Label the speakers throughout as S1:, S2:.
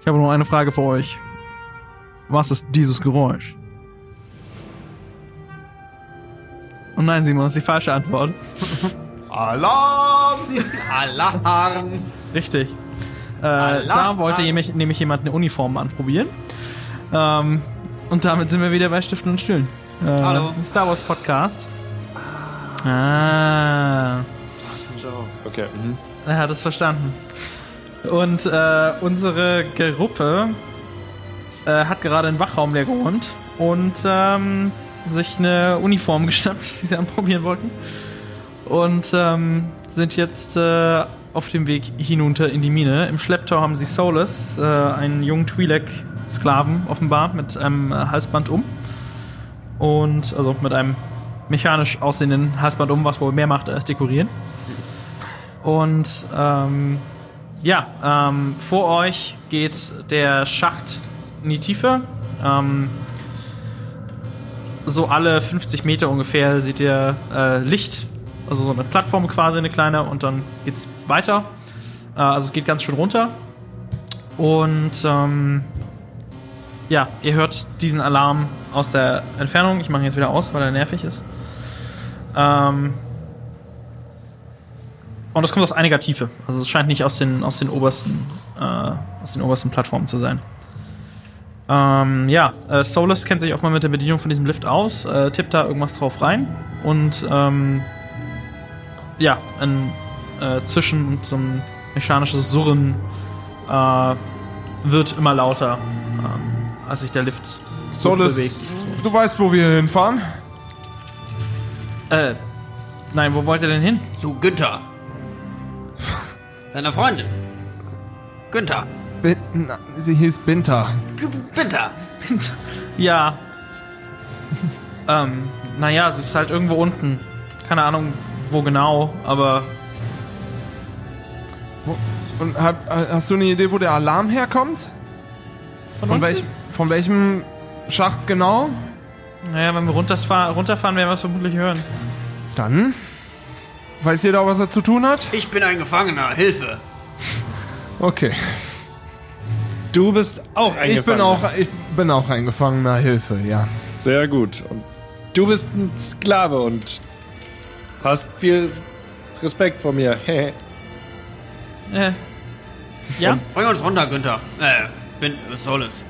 S1: Ich habe nur eine Frage für euch. Was ist dieses Geräusch? Oh nein, Simon, das ist die falsche Antwort.
S2: Alarm!
S3: Alarm!
S1: Richtig. Äh, da wollte nämlich, nämlich jemand eine Uniform anprobieren. Ähm, und damit sind wir wieder bei Stiften und Stühlen. Äh,
S3: Hallo.
S1: im Star Wars Podcast. Ah.
S2: Okay, mhm.
S1: Er hat es verstanden. Und äh, unsere Gruppe äh, hat gerade einen Wachraum leer geräumt und ähm, sich eine Uniform geschnappt, die sie anprobieren wollten. Und ähm, sind jetzt äh, auf dem Weg hinunter in die Mine. Im Schlepptau haben sie Solus, äh, einen jungen Twi'lek-Sklaven, offenbar mit einem äh, Halsband um. Und also mit einem mechanisch aussehenden Halsband um, was wohl mehr macht als dekorieren. Und ähm, ja, ähm, vor euch geht der Schacht in die Tiefe. Ähm, so alle 50 Meter ungefähr seht ihr äh, Licht, also so eine Plattform quasi, eine kleine, und dann geht's weiter. Äh, also es geht ganz schön runter. Und ähm, ja, ihr hört diesen Alarm aus der Entfernung. Ich mache ihn jetzt wieder aus, weil er nervig ist. Ähm, und das kommt aus einiger Tiefe. Also es scheint nicht aus den, aus den obersten, äh, aus den obersten Plattformen zu sein. Ähm, ja, äh, Solus kennt sich offenbar mit der Bedienung von diesem Lift aus, äh, tippt da irgendwas drauf rein und ähm, ja, ein äh, Zischen und so ein mechanisches Surren äh, wird immer lauter, ähm, als sich der Lift
S2: Solis, du weißt, wo wir hinfahren?
S1: Äh, nein, wo wollt ihr denn hin?
S3: Zu Günther. Deiner Freundin. Günther.
S2: Bin, na, sie hieß Binta.
S3: G- Günther.
S1: Ja. ähm, naja, sie ist halt irgendwo unten. Keine Ahnung, wo genau, aber
S2: Wo, und hat, äh, hast du eine Idee, wo der Alarm herkommt? Von,
S1: unten?
S2: welch, von welchem Schacht genau?
S1: naja, wenn wir runterfahren, runterfahren werden wir es vermutlich hören.
S2: Dann weiß jeder, was er zu tun hat?
S3: Ich bin ein Gefangener. Hilfe.
S2: Okay.
S4: Du bist auch ein
S2: Ich bin,
S4: Gefangener.
S2: auch, ich bin auch ein Gefangener. Hilfe, ja.
S4: Sehr gut. Und du bist ein Sklave und hast viel Respekt vor mir. Hä?
S1: Äh. Ja?
S3: Bring uns runter, Günther. Äh, bin, was soll es?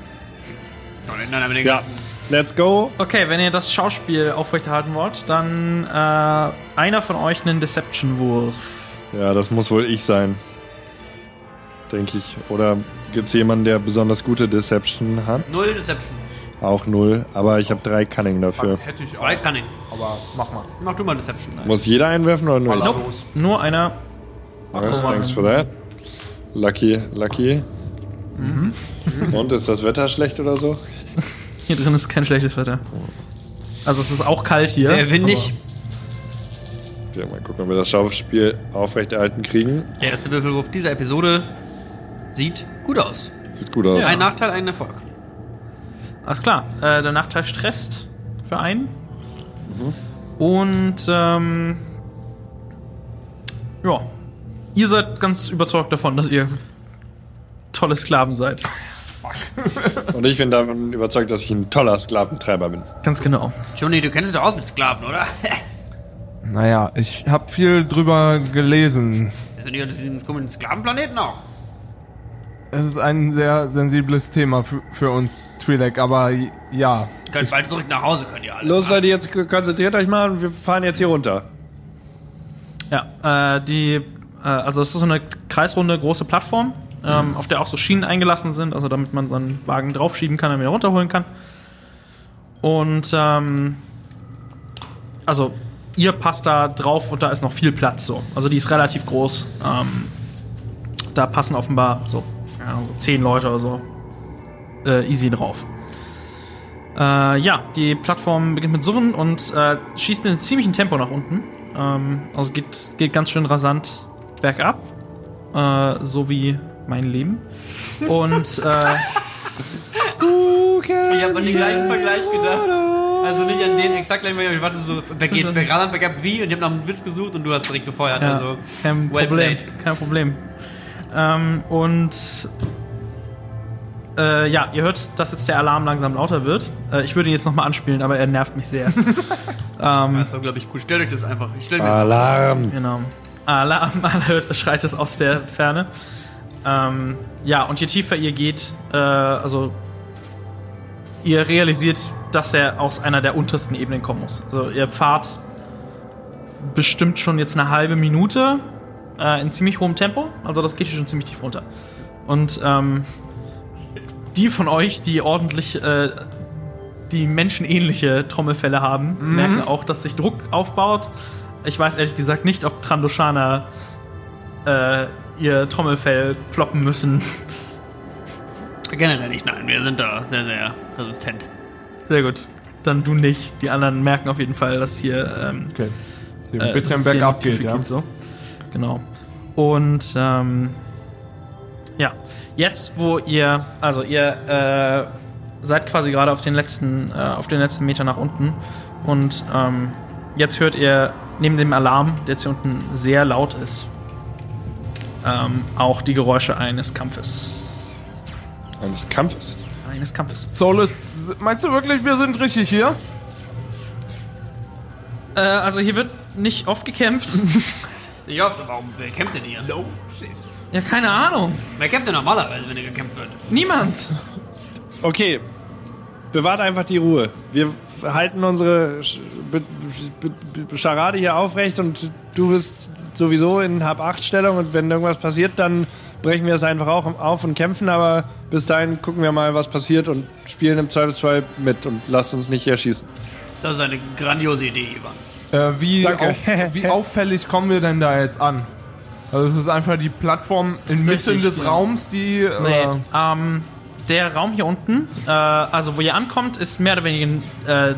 S3: Soll ich Nein, mit den
S4: ja.
S3: ganzen-
S4: Let's go.
S1: Okay, wenn ihr das Schauspiel aufrechterhalten wollt, dann äh, einer von euch einen Deception-Wurf.
S4: Ja, das muss wohl ich sein. Denke ich. Oder gibt es jemanden, der besonders gute Deception hat?
S3: Null Deception.
S4: Auch null. Aber ich habe drei Cunning dafür.
S2: Hätte ich
S3: Weit kann ich.
S2: aber mach mal.
S3: Mach du mal Deception.
S4: Muss jeder einwerfen oder nur ich?
S2: Los.
S1: Nur einer.
S4: Nice, thanks for that. Lucky, lucky. Und ist das Wetter schlecht oder so?
S1: Hier drin ist kein schlechtes Wetter. Also es ist auch kalt hier.
S3: Sehr windig.
S4: Okay, mal gucken, ob wir das Schauspiel aufrechterhalten kriegen.
S3: Der erste Würfelwurf dieser Episode sieht gut aus.
S4: Sieht gut aus.
S3: Ein Nachteil, ein Erfolg.
S1: Alles klar. Äh, der Nachteil stresst für einen. Mhm. Und ähm, ja, ihr seid ganz überzeugt davon, dass ihr tolle Sklaven seid.
S4: Und ich bin davon überzeugt, dass ich ein toller Sklaventreiber bin.
S1: Ganz genau.
S3: Johnny, du kennst dich doch aus mit Sklaven, oder?
S2: Naja, ich habe viel drüber gelesen.
S3: Bist du nicht unter diesem komischen Sklavenplaneten auch?
S2: Es ist ein sehr sensibles Thema für, für uns, Twi'lek, aber j- ja.
S3: Ihr könnt bald zurück nach Hause, könnt ihr alle.
S4: Los Leute, jetzt konzentriert euch mal und wir fahren jetzt hier runter.
S1: Ja, äh, die, äh, also es ist so eine kreisrunde große Plattform, ähm, auf der auch so Schienen eingelassen sind, also damit man seinen Wagen draufschieben kann, damit er runterholen kann. Und ähm, also ihr passt da drauf und da ist noch viel Platz so. Also die ist relativ groß. Ähm, da passen offenbar so, ja, so zehn Leute oder so äh, easy drauf. Äh, ja, die Plattform beginnt mit Surren und äh, schießt mit einem ziemlichen Tempo nach unten. Ähm, also geht, geht ganz schön rasant bergab. Äh, so wie mein Leben. Und äh,
S3: Ich habe an den gleichen Vergleich gedacht. Also nicht an den exakt gleichen Vergleich, aber ich warte so,
S1: Schon.
S3: Backend, Backend, Backend, wie? Und ich habe nach einem Witz gesucht und du hast direkt gefeuert.
S1: ja,
S3: Also,
S1: kein
S3: well
S1: Problem.
S3: played.
S1: Kein Problem. Ähm, und Äh, ja, ihr hört, dass jetzt der Alarm langsam lauter wird. Äh, ich würde ihn jetzt nochmal anspielen, aber er nervt mich sehr. ähm,
S4: Das war, glaube ich, gut. Stellt euch das einfach. Ich stell mir das
S5: Alarm.
S1: genau. Alarm, alert, schreit es aus der Ferne. Ähm, ja, und je tiefer ihr geht, äh, also ihr realisiert, dass er aus einer der untersten Ebenen kommen muss. Also ihr fahrt bestimmt schon jetzt eine halbe Minute äh, in ziemlich hohem Tempo. Also das geht hier schon ziemlich tief runter. Und ähm, die von euch, die ordentlich äh, die menschenähnliche Trommelfälle haben, merken auch, dass sich Druck aufbaut. Ich weiß ehrlich gesagt nicht, ob Trandoshana äh, ihr Trommelfell ploppen müssen.
S4: Generell nicht, nein. Wir sind da sehr, sehr resistent.
S1: Sehr gut. Dann du nicht. Die anderen merken auf jeden Fall, dass hier ähm,
S2: Okay. Dass hier ein
S1: äh, dass
S2: bisschen
S1: es hier
S2: bergab
S1: tief
S2: geht, ja.
S1: So. Genau. Und ähm, ja, jetzt wo ihr, also ihr äh, seid quasi gerade auf den letzten, äh, auf den letzten Meter nach unten und ähm, jetzt hört ihr neben dem Alarm, der jetzt hier unten sehr laut ist, ähm, auch die Geräusche eines Kampfes.
S5: Eines Kampfes.
S1: Eines Kampfes.
S2: Solus, meinst du wirklich, wir sind richtig hier?
S1: Äh, also hier wird nicht oft gekämpft.
S4: Ich hoffe, warum wer kämpft denn hier? No shit.
S1: ja, keine Ahnung.
S4: Wer kämpft denn normalerweise, wenn er gekämpft wird?
S1: Niemand.
S5: Okay. Bewahrt einfach die Ruhe. Wir halten unsere Sch- Be- Be- Be- Charade hier aufrecht und du bist sowieso in Hab-8-Stellung und wenn irgendwas passiert, dann brechen wir es einfach auch auf und kämpfen, aber bis dahin gucken wir mal, was passiert und spielen im Zweifelsfall mit und lasst uns nicht erschießen.
S4: Das ist eine grandiose Idee, Ivan.
S2: Äh, wie,
S5: Danke.
S2: auf, wie auffällig kommen wir denn da jetzt an? Also es ist einfach die Plattform inmitten
S1: Richtig,
S2: des
S1: ja.
S2: Raums, die...
S1: Nee,
S2: Äh,
S1: ähm, der Raum hier unten, äh, also wo ihr ankommt, ist mehr oder weniger äh,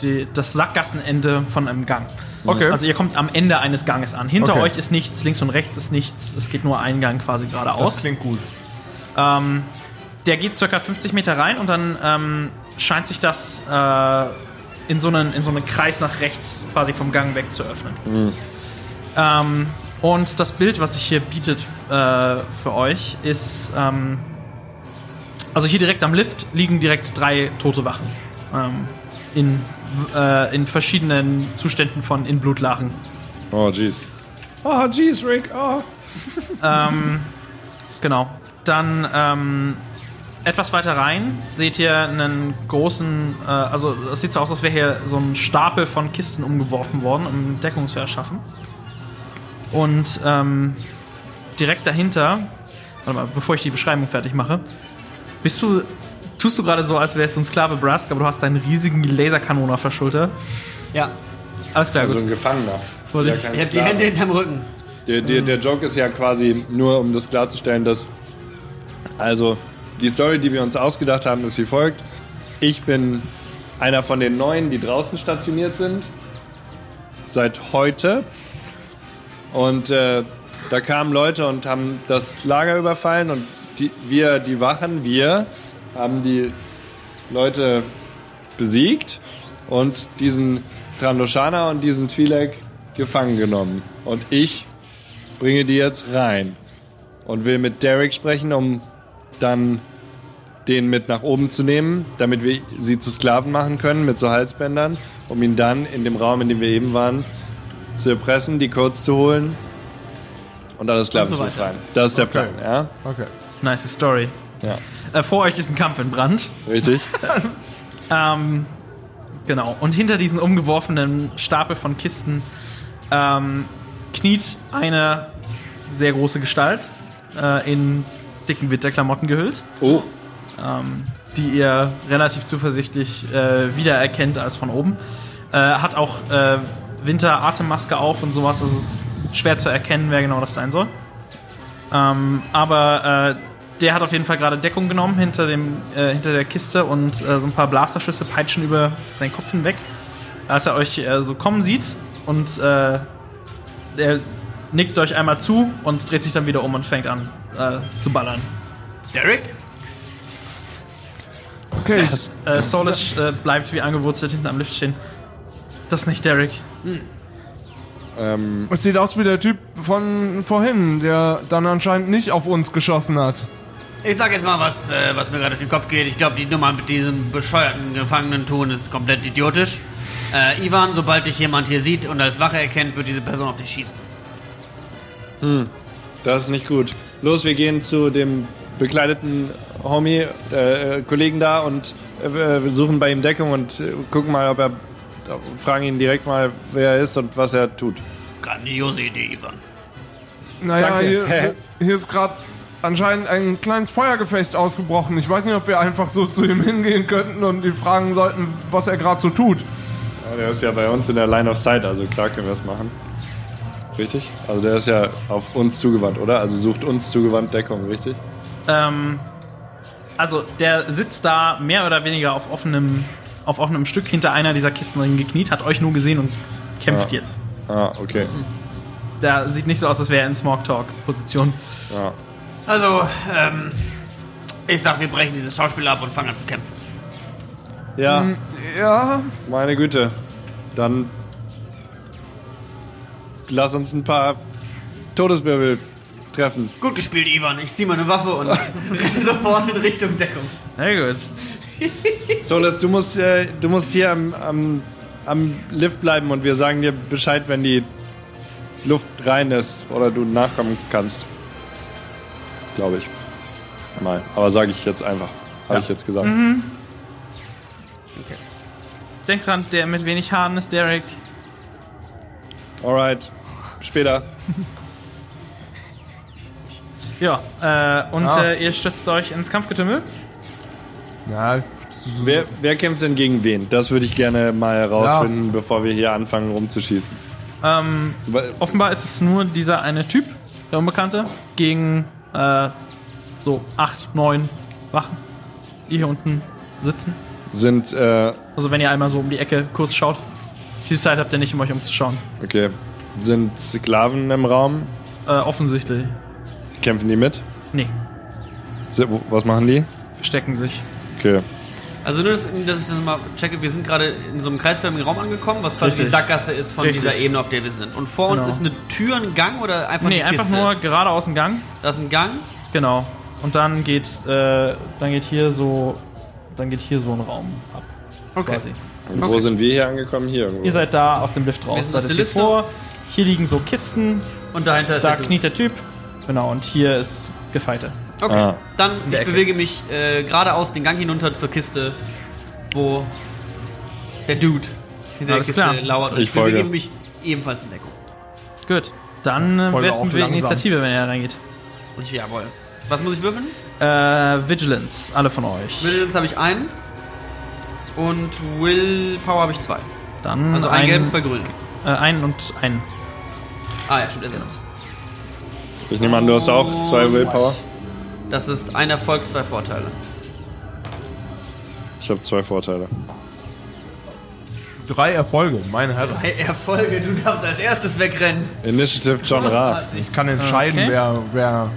S1: die, das Sackgassenende von einem Gang.
S2: okay.
S1: Also ihr kommt am Ende eines Ganges an. Hinter
S2: Okay.
S1: euch ist nichts, links und rechts ist nichts. Es geht nur ein Gang quasi
S2: das
S1: geradeaus.
S2: klingt gut.
S1: Ähm, der geht circa 50 Meter rein und dann ähm, scheint sich das äh, in, so einen, in so einen Kreis nach rechts quasi vom Gang weg zu öffnen. Ähm, und das Bild, was sich hier bietet äh, für euch, ist. Ähm, also hier direkt am Lift liegen direkt drei tote Wachen. Ähm, in, äh, in verschiedenen Zuständen von in Blutlachen.
S5: Oh, jeez. Oh, jeez, Rick. Oh.
S1: Ähm, genau. Dann ähm, etwas weiter rein seht ihr einen großen, äh, also es sieht so aus, als wäre hier so ein Stapel von Kisten umgeworfen worden, um Deckung zu erschaffen. Und ähm, direkt dahinter, warte mal, bevor ich die Beschreibung fertig mache, bist du, tust du gerade so, als wärst du ein Sklave Brask, aber du hast einen riesigen Laserkanon auf der Schulter.
S4: Ja,
S1: Alles klar,
S5: Also
S1: gut.
S5: ein Gefangener.
S1: wollte
S5: Ja,
S1: ich-
S5: kein
S4: ich habe die
S5: Sklave.
S4: Hände hinterm Rücken.
S5: Der, der, der Joke ist ja quasi nur, um das klarzustellen, dass. Also, die Story, die wir uns ausgedacht haben, ist wie folgt: Ich bin einer von den Neuen, die draußen stationiert sind. Seit heute. Und äh, da kamen Leute und haben das Lager überfallen. Und die, wir, die Wachen, wir haben die Leute besiegt und diesen Trandoshana und diesen Twi'lek gefangen genommen. Und ich bringe die jetzt rein und will mit Derek sprechen, um dann den mit nach oben zu nehmen, damit wir sie zu Sklaven machen können mit so Halsbändern, um ihn dann in dem Raum, in dem wir eben waren, zu erpressen, die Codes zu holen und alle Sklaven
S1: Und so
S5: zu
S1: weiter.
S5: befreien. Das ist der Plan, ja?
S2: Okay.
S1: Nice Story.
S5: Ja.
S1: Äh, vor euch ist ein Kampf in Brand.
S5: Richtig?
S1: Ähm, genau. Und hinter diesen umgeworfenen Stapel von Kisten ähm, kniet eine sehr große Gestalt äh, in dicken Winterklamotten gehüllt,
S5: Oh,
S1: ähm, die ihr relativ zuversichtlich äh, wiedererkennt als von oben. Äh, hat auch äh, Winteratemmaske auf und sowas. Also Es ist schwer zu erkennen, wer genau das sein soll. Ähm, aber äh, der hat auf jeden Fall gerade Deckung genommen hinter, dem, äh, hinter der Kiste und äh, so ein paar Blasterschüsse peitschen über seinen Kopf hinweg. Als er euch äh, so kommen sieht und äh, er nickt euch einmal zu und dreht sich dann wieder um und fängt an äh, zu ballern.
S4: Derek?
S2: Okay,
S1: Äh, Solus äh, bleibt wie angewurzelt hinten am Lift stehen. Das ist nicht Derek.
S5: ähm,
S2: es sieht aus wie der Typ von vorhin, der dann anscheinend nicht auf uns geschossen hat.
S4: Ich sag jetzt mal was, äh, was mir gerade durch den Kopf geht. Ich glaube, die Nummer mit diesem bescheuerten Gefangenen tun ist komplett idiotisch. Äh, Ivan, sobald dich jemand hier sieht und als Wache erkennt, wird diese Person auf dich schießen.
S5: Das ist nicht gut. Los, wir gehen zu dem bekleideten Homie, äh, äh, Kollegen da und äh, äh, suchen bei ihm Deckung und äh, gucken mal, ob er. ob- fragen ihn direkt mal, wer er ist und was er tut.
S4: Grandiose Idee, Ivan.
S2: Naja,
S5: Danke.
S2: hier,
S5: Hä?
S2: hier ist gerade anscheinend ein kleines Feuergefecht ausgebrochen. Ich weiß nicht, ob wir einfach so zu ihm hingehen könnten und ihn fragen sollten, was er gerade so tut.
S5: Ja, der ist ja bei uns in der Line of Sight, also klar können wir es machen. Richtig? Also der ist ja auf uns zugewandt, oder? Also sucht uns zugewandt Deckung, richtig?
S1: Ähm, also der sitzt da mehr oder weniger auf offenem, auf offenem Stück hinter einer dieser Kisten gekniet, hat euch nur gesehen und kämpft
S5: Ja.
S1: jetzt.
S5: Ah, okay.
S1: Da sieht nicht so aus, als wäre er in Smog-Talk-Position.
S5: Ja.
S4: Also, ähm, ich sag, wir brechen dieses Schauspiel ab und fangen an zu kämpfen.
S5: Ja,
S2: Ja,
S5: meine Güte. Dann lass uns ein paar Todeswirbel treffen.
S4: Gut gespielt, Ivan. Ich zieh meine Waffe und renne sofort in Richtung Deckung.
S1: Na gut.
S5: Solas, du musst, äh, du musst hier am, am, am Lift bleiben und wir sagen dir Bescheid, wenn die Luft rein ist oder du nachkommen kannst. Glaube ich. Mal. Aber sage ich jetzt einfach. Habe ich jetzt gesagt.
S1: Denkst dran, der mit wenig Haaren ist Derek.
S5: Alright. Später.
S1: Ja, äh, und
S2: Ah.
S1: äh, ihr stützt euch ins Kampfgetümmel.
S2: Ja,
S5: Wer, wer kämpft denn gegen wen? Das würde ich gerne mal herausfinden, bevor wir hier anfangen rumzuschießen.
S1: Ähm,
S5: Wa-
S1: offenbar ist es nur dieser eine Typ, der Unbekannte, gegen äh, so acht, neun Wachen, die hier unten sitzen.
S5: Sind, äh,
S1: Also wenn ihr einmal so um die Ecke kurz schaut. Viel Zeit habt ihr nicht, um euch umzuschauen.
S5: okay. Sind Sklaven im Raum?
S1: Äh, offensichtlich.
S5: Kämpfen die mit?
S1: Nee,
S5: Sind- wo- Was machen die?
S1: verstecken sich.
S5: Okay.
S3: Also nur, dass, dass ich das mal checke, wir sind gerade in so einem kreisförmigen Raum angekommen, was quasi
S1: Richtig.
S3: die Sackgasse ist von
S1: Richtig.
S3: dieser Ebene, auf der wir sind. Und vor uns
S1: Genau.
S3: ist eine Tür, ein Gang oder einfach
S1: nee,
S3: die Kiste?
S1: einfach nur geradeaus im Gang.
S3: Das ist ein Gang.
S1: Genau. Und dann geht, äh, dann geht hier so, dann geht hier so ein Raum ab.
S3: Okay.
S1: Quasi.
S5: Und wo sind wir hier angekommen? Hier irgendwo.
S1: Ihr seid da aus dem Lift
S3: Wir
S1: raus.
S3: sind
S1: Seid
S3: aus
S1: jetzt
S3: der
S1: hier vor. Hier liegen so Kisten.
S3: Und dahinter ist
S1: Da
S3: der Dude.
S1: kniet der Typ. Genau. Und hier ist Gefeite.
S3: Okay,
S5: Ah.
S3: dann
S1: der
S3: ich
S1: Ecke.
S3: bewege mich äh, geradeaus den Gang hinunter zur Kiste, wo der Dude hinter
S1: Alles
S3: der Kiste
S1: klar.
S3: lauert. Und
S5: Ich
S3: ich bewege
S5: folge.
S3: mich ebenfalls in Deckung.
S1: Gut. Dann äh,
S2: Folge
S1: werfen
S2: auch
S1: wir
S2: langsam.
S1: Initiative, wenn ihr reingeht.
S3: Und ich, jawohl. Was muss ich würfeln?
S1: Äh, Vigilance, alle von euch.
S3: Williams habe ich einen. Und Willpower habe ich zwei.
S1: Dann
S3: Also ein, gelbes, zwei grüne.
S1: äh, ein und ein.
S3: Ah ja, stimmt, ersetzt.
S5: Ich nehme an, du hast auch zwei Willpower.
S3: Das ist ein Erfolg, zwei Vorteile.
S5: Ich habe zwei Vorteile.
S2: drei Erfolge, meine Herren.
S3: Drei Erfolge, du darfst als erstes wegrennen.
S5: Initiative John Ra.
S3: Großartig.
S2: Ich kann entscheiden,
S1: Okay.
S2: wer, wer.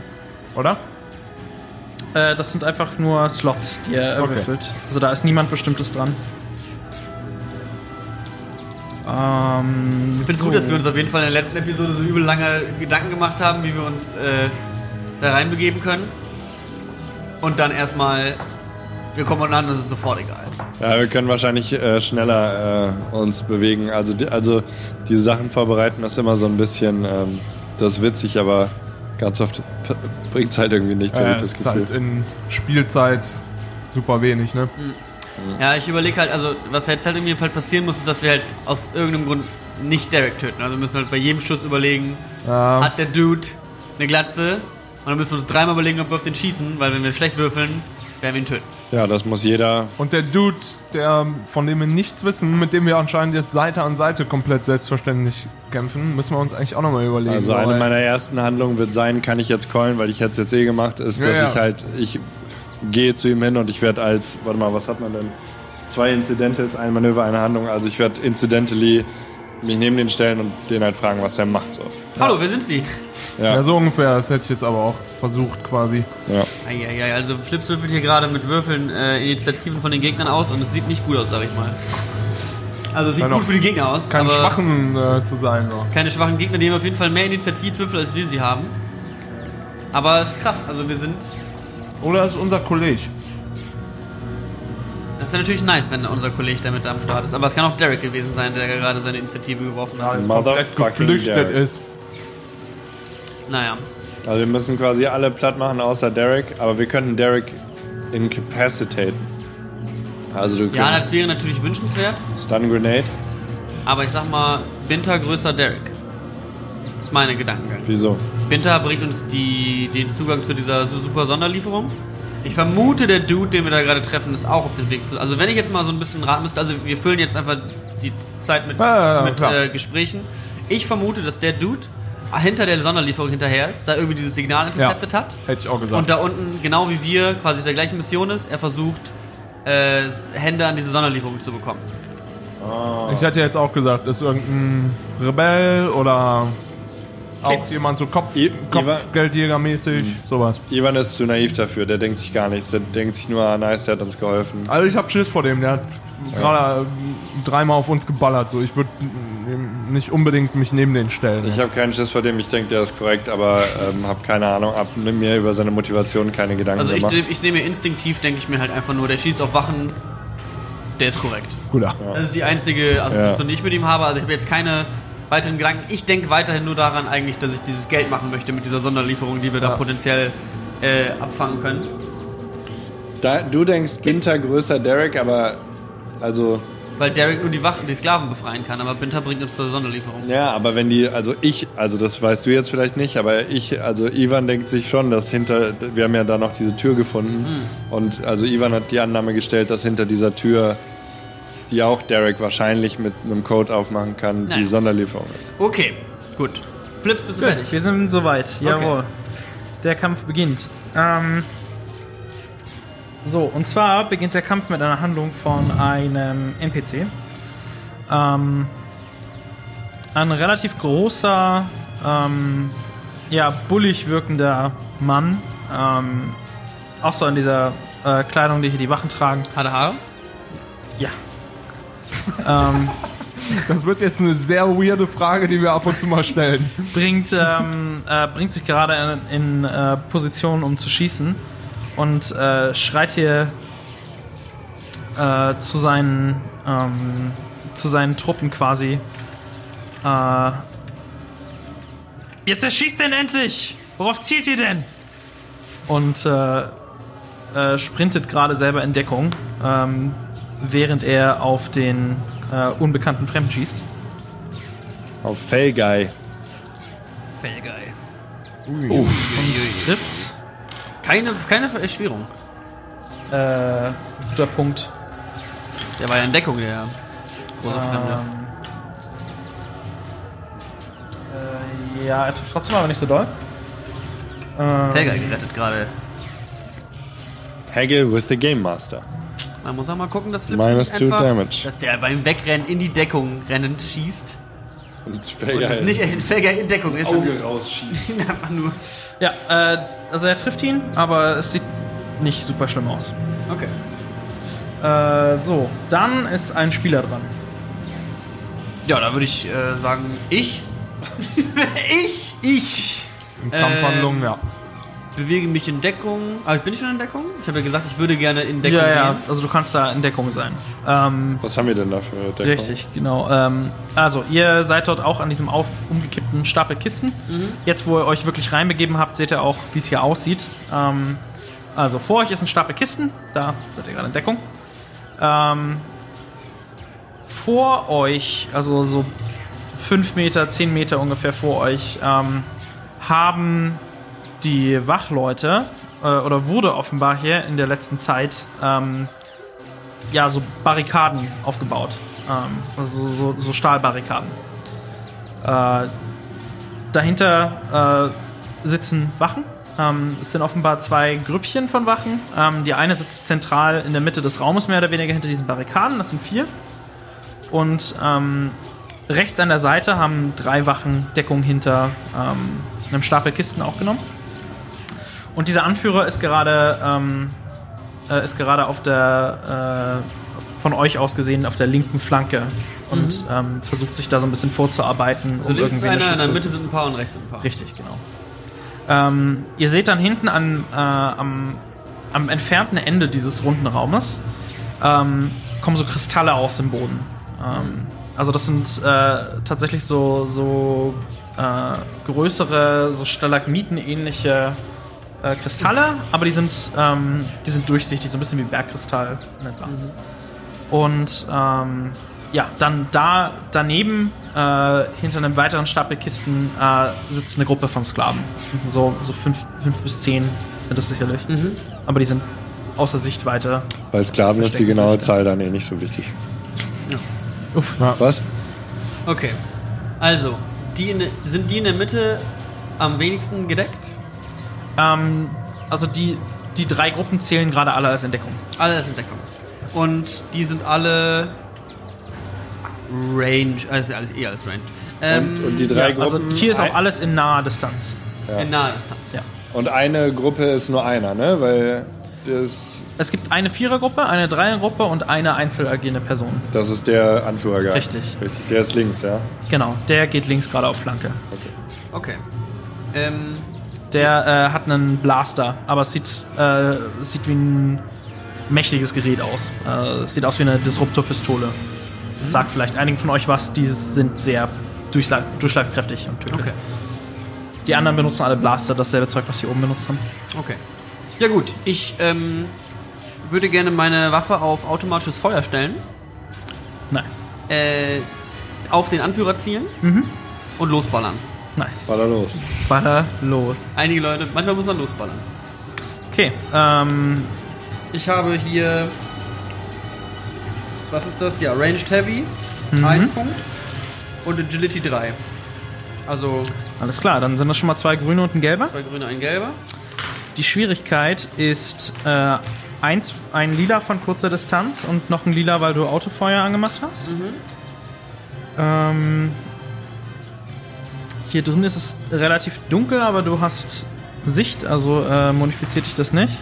S2: Oder?
S1: Äh, das sind einfach nur Slots, die er
S2: Okay.
S1: würfelt. Also da ist niemand Bestimmtes dran. Ähm,
S3: Ich finde es gut, dass wir uns auf jeden Fall in der letzten Episode so übel lange Gedanken gemacht haben, wie wir uns äh, da reinbegeben können. Und dann erstmal, wir kommen unten an, das ist sofort egal.
S5: Ja, wir können wahrscheinlich äh, schneller äh, uns bewegen. Also, die, also die Sachen vorbereiten, das ist immer so ein bisschen, ähm, das ist witzig, aber ganz oft bringt es halt irgendwie nichts, hab
S2: Äh,
S5: ich das
S2: ist
S5: Gefühl.
S2: halt in Spielzeit super wenig, ne?
S3: Ja, ich überlege halt, also was jetzt halt irgendwie halt passieren muss, ist, dass wir halt aus irgendeinem Grund nicht Derek töten. Also wir müssen halt bei jedem Schuss überlegen,
S2: Ähm,
S3: hat der Dude eine Glatze? Und dann müssen wir uns dreimal überlegen, ob wir auf den schießen, weil wenn wir schlecht würfeln, werden wir ihn töten.
S5: Ja, das muss jeder.
S2: und der Dude, der, von dem wir nichts wissen, mit dem wir anscheinend jetzt Seite an Seite komplett selbstverständlich kämpfen, müssen wir uns eigentlich auch nochmal überlegen.
S5: Also eine
S2: weil-
S5: meiner ersten Handlungen wird sein, kann ich jetzt callen, weil ich hätte es jetzt eh gemacht, ist,
S2: Ja,
S5: dass
S2: ja.
S5: ich halt, ich gehe zu ihm hin und ich werde als, warte mal, was hat man denn? Zwei Inzidente ist ein Manöver, eine Handlung. Also ich werde incidentally mich neben den stellen und den halt fragen, was er macht. So.
S3: Hallo, wer sind Sie?
S2: ja, so ungefähr, das hätte ich jetzt aber auch versucht quasi.
S5: Ja.
S3: Eieiei, also Flips würfelt hier gerade mit Würfeln äh, Initiativen von den Gegnern aus und es sieht nicht gut aus, sag ich mal. Also es sieht
S2: Kann
S3: gut
S2: auch
S3: für die Gegner aus.
S2: Kein
S3: aber
S2: Schwachen äh, zu sein, so.
S3: Keine schwachen Gegner, die haben auf jeden Fall mehr Initiativwürfel, als wir sie haben. Aber es ist krass, also wir sind
S2: Oder ist unser Kollege?
S3: Das wäre natürlich nice, wenn unser Kollege damit am Start ist. Aber es kann auch Derek gewesen sein, der gerade seine Initiative geworfen hat.
S2: Komplett
S5: Motherfucking
S2: geflüchtet
S5: Derek.
S2: ist.
S3: Naja.
S5: Also wir müssen quasi alle platt machen außer Derek, aber wir könnten Derek incapacitaten. Also du
S3: Ja,
S5: kriegst
S3: das wäre natürlich wünschenswert.
S5: Stun Grenade.
S3: Aber ich sag mal, Binter größer Derek. Das ist meine Gedankengang.
S5: Wieso?
S3: Binter bringt uns die, den Zugang zu dieser su- super Sonderlieferung. Ich vermute, der Dude, den wir da gerade treffen, ist auch auf dem Weg zu. Also, wenn ich jetzt mal so ein bisschen raten müsste, also wir füllen jetzt einfach die Zeit mit,
S2: Ja, ja, ja,
S3: mit
S2: klar.
S3: äh, Gesprächen. Ich vermute, dass der Dude hinter der Sonderlieferung hinterher ist, da irgendwie dieses Signal interceptet hat.
S2: Hätte ich auch gesagt.
S3: Und da unten, genau wie wir, quasi auf der gleichen Mission ist, er versucht, äh, Hände an diese Sonderlieferung zu bekommen.
S2: Ich hätte jetzt auch gesagt, ist irgendein Rebell oder auch
S3: Klingt-
S2: jemand so Kopf,
S5: I-
S2: Kopfgeldjägermäßig,
S1: Mhm.
S2: sowas.
S5: Ivan ist zu naiv dafür, der denkt sich gar nichts. Der denkt sich nur, ah, nice, der hat uns geholfen.
S2: Also ich hab Schiss vor dem, der hat gerade ähm, dreimal auf uns geballert. So, ich würde nicht unbedingt mich neben den stellen.
S5: Ich habe keinen Schiss vor dem, ich denke, der ist korrekt, aber ähm, habe keine Ahnung, ab mir über seine Motivation keine Gedanken
S3: Also, ich,
S5: gemacht.
S3: ich sehe mir instinktiv, denke ich mir halt einfach nur, der schießt auf Wachen, der ist korrekt.
S2: Guter.
S3: Das ist die einzige Assoziation, die ich mit ihm habe. Also ich habe jetzt keine weiteren Gedanken. Ich denke weiterhin nur daran eigentlich, dass ich dieses Geld machen möchte mit dieser Sonderlieferung, die wir da potenziell äh, abfangen können.
S5: Da, du denkst, Binter größer Derek, aber also
S3: Weil Derek nur die Wachen, die Sklaven befreien kann, aber Binter bringt uns zur Sonderlieferung.
S5: Ja, aber wenn die, also ich, also das weißt du jetzt vielleicht nicht, aber ich, also Ivan denkt sich schon, dass hinter, wir haben ja da noch diese Tür
S3: Hm.
S5: gefunden und also Ivan hat die Annahme gestellt, dass hinter dieser Tür, die auch Derek wahrscheinlich mit einem Code aufmachen kann, die
S3: Naja.
S5: Sonderlieferung ist.
S3: Okay, gut. Flitz, bist du fertig?
S1: Wir sind soweit, jawohl. Der Kampf beginnt. Ähm, so, und zwar beginnt der Kampf mit einer Handlung von einem NPC. Ähm, ein relativ großer, ähm, ja, bullig wirkender Mann. Ähm, auch so in dieser äh, Kleidung, die hier die Wachen tragen.
S3: Harte Haare?
S1: Ja. ähm,
S2: Das wird jetzt eine sehr weirde Frage, die wir ab und zu mal stellen.
S1: bringt, ähm, äh, bringt sich gerade in, in äh, Position, um zu schießen und äh, schreit hier äh, zu, seinen, ähm, zu seinen Truppen quasi. Äh, Jetzt erschießt denn endlich! Worauf zielt ihr denn? Und äh, äh, sprintet gerade selber in Deckung, ähm, während er auf den äh, unbekannten Fremden schießt.
S5: Auf Felguy.
S3: Fellgeil.
S1: Trifft.
S3: Keine, keine Erschwerung.
S1: Äh, guter Punkt.
S3: Der war ja in Deckung, der große Fremde.
S1: Ähm, äh, ja, er trifft trotzdem aber nicht so doll. Ähm,
S3: Fellgeil gerettet gerade.
S5: Haggle with the Game Master.
S3: Man muss auch mal gucken, dass Flitz
S5: Minus
S3: nicht
S5: two
S3: einfach,
S5: damage.
S3: dass der beim Wegrennen in die Deckung rennend schießt.
S5: Und
S3: Und es nicht in Felgeil in Deckung ist. und-
S5: rausschießen.
S3: Ihn einfach nur.
S1: ja, äh, also er trifft ihn, aber es sieht nicht super schlimm aus.
S3: Okay.
S1: Äh, so, dann ist ein Spieler dran.
S3: Ja, da würde ich äh, sagen, ich. ich, ich
S2: Kampfhandlungen, ja.
S1: Ähm.
S3: bewege mich in Deckung. Aber ich bin schon in Deckung? Ich habe ja gesagt, ich würde gerne in Deckung
S1: ja, ja,
S3: gehen.
S1: also du kannst da in Deckung sein. Ähm,
S5: Was haben wir denn dafür? Deckung?
S1: Richtig, genau. Ähm, also, ihr seid dort auch an diesem auf, umgekippten Stapel Kisten. Jetzt, wo ihr euch wirklich reinbegeben habt, seht ihr auch, wie es hier aussieht. Ähm, also, vor euch ist ein Stapel Kisten. Da seid ihr gerade in Deckung. Ähm, vor euch, also so 5 Meter, 10 Meter ungefähr vor euch, ähm, haben die Wachleute äh, oder wurde offenbar hier in der letzten Zeit ähm, ja, so Barrikaden aufgebaut. Ähm, also so, so Stahlbarrikaden. Äh, dahinter äh, sitzen Wachen. Ähm, es sind offenbar zwei Grüppchen von Wachen. Ähm, die eine sitzt zentral in der Mitte des Raumes, mehr oder weniger hinter diesen Barrikaden. Das sind vier. Und ähm, rechts an der Seite haben drei Wachen Deckung hinter ähm, einem Stapel Kisten auch genommen. Und dieser Anführer ist gerade ähm, äh, ist gerade auf der äh, von euch aus gesehen auf der linken Flanke und ähm, versucht sich da so ein bisschen vorzuarbeiten, um
S3: Also Mhm. links ist
S1: irgendwie eine
S3: einer,
S1: Schussposition-
S3: in der Mitte sind ein paar und rechts sind ein paar.
S1: Richtig, genau. Ähm, ihr seht dann hinten an, äh, am am entfernten Ende dieses runden Raumes ähm, kommen so Kristalle aus dem Boden. Ähm, also das sind äh, tatsächlich so, so äh, größere, so Stalagmiten-ähnliche äh, Kristalle, aber die sind, ähm, die sind durchsichtig, so ein bisschen wie Bergkristall. in etwa. Und ähm, ja, dann da daneben, äh, hinter einem weiteren Stapel Kisten, äh, sitzt eine Gruppe von Sklaven. Das sind so, so fünf, fünf bis zehn sind das sicherlich.
S5: Mhm.
S1: Aber die sind außer Sichtweite.
S5: Bei Sklaven ist die
S1: Verstecken
S5: genaue
S1: sich, ne?
S5: Zahl dann eh nicht so wichtig.
S1: Uff.
S5: Was?
S3: Okay. Also, die in, sind die in der Mitte am wenigsten gedeckt?
S1: Ähm, also die, die drei Gruppen zählen gerade alle als Entdeckung.
S3: Alle sind Deckung. Und die sind alle Range, also alles eh alles Range. Ähm,
S5: Und, und die drei
S1: ja, also
S5: Gruppen.
S1: hier ist auch
S5: ein,
S1: alles in naher Distanz.
S3: in naher Distanz.
S1: Ja.
S5: und eine Gruppe ist nur einer, ne? Weil das,
S1: Es gibt eine Vierergruppe, eine Dreiergruppe und eine einzel agierende Person.
S5: das ist der Anführer. gerade.
S1: Richtig.
S5: Richtig. Der ist links, ja.
S1: Genau, der geht links gerade auf Flanke.
S3: Okay. Ähm,
S1: Der äh, hat einen Blaster, aber es sieht, äh, es sieht wie ein mächtiges Gerät aus. Äh, es sieht aus wie eine Disruptor-Pistole. Das sagt vielleicht einigen von euch was, die sind sehr durchschlag durchschlagskräftig und tödlich.
S3: okay.
S1: Die anderen benutzen alle Blaster, dasselbe Zeug, was sie oben benutzt haben.
S3: Okay. Ja gut, ich ähm, würde gerne meine Waffe auf automatisches Feuer stellen,
S1: Nice.
S3: äh, auf den Anführer zielen und losballern.
S1: Nice.
S5: War da los.
S1: Baller los.
S3: Einige Leute, manchmal muss man losballern.
S1: Okay, ähm,
S3: Ich habe hier. Was ist das? Ja, Ranged Heavy, ein Punkt. Und Agility 3. Also
S1: alles klar, dann sind das schon mal zwei grüne und ein gelber.
S3: zwei grüne, ein gelber.
S1: Die Schwierigkeit ist äh, eins, ein Lila von kurzer Distanz und noch ein Lila, weil du Autofeuer angemacht hast. Ähm, hier drin ist es relativ dunkel, aber du hast Sicht, also äh, modifiziert dich das nicht.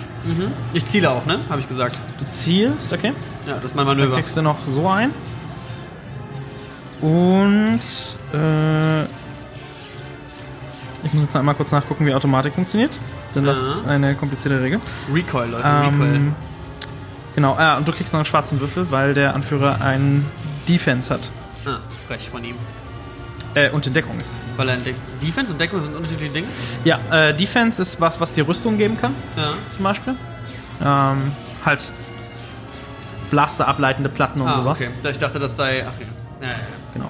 S3: Ich ziele auch, ne? Habe ich gesagt.
S1: Du zielst, okay.
S3: Ja, das ist mein
S1: Dann
S3: Manöver.
S1: kriegst du noch so ein. Und äh, ich muss jetzt noch einmal kurz nachgucken, wie Automatik funktioniert. Denn das
S3: Ja.
S1: ist eine komplizierte Regel.
S3: Recoil, Leute,
S1: Ähm,
S3: Recoil.
S1: genau, ah, und du kriegst noch einen schwarzen Würfel, weil der Anführer einen Defense hat.
S3: Ah, frech von ihm.
S1: Äh, und in Deckung ist.
S3: Weil er entdeckt. Defense und Deckung sind unterschiedliche Dinge.
S1: Ja, äh, Defense ist was, was dir Rüstung geben kann,
S3: Ja.
S1: zum Beispiel. Ähm, halt Blaster ableitende Platten und
S3: Ah,
S1: sowas.
S3: okay. Da- Ich dachte, das sei. Ach ja. ja, ja, ja.
S1: Genau.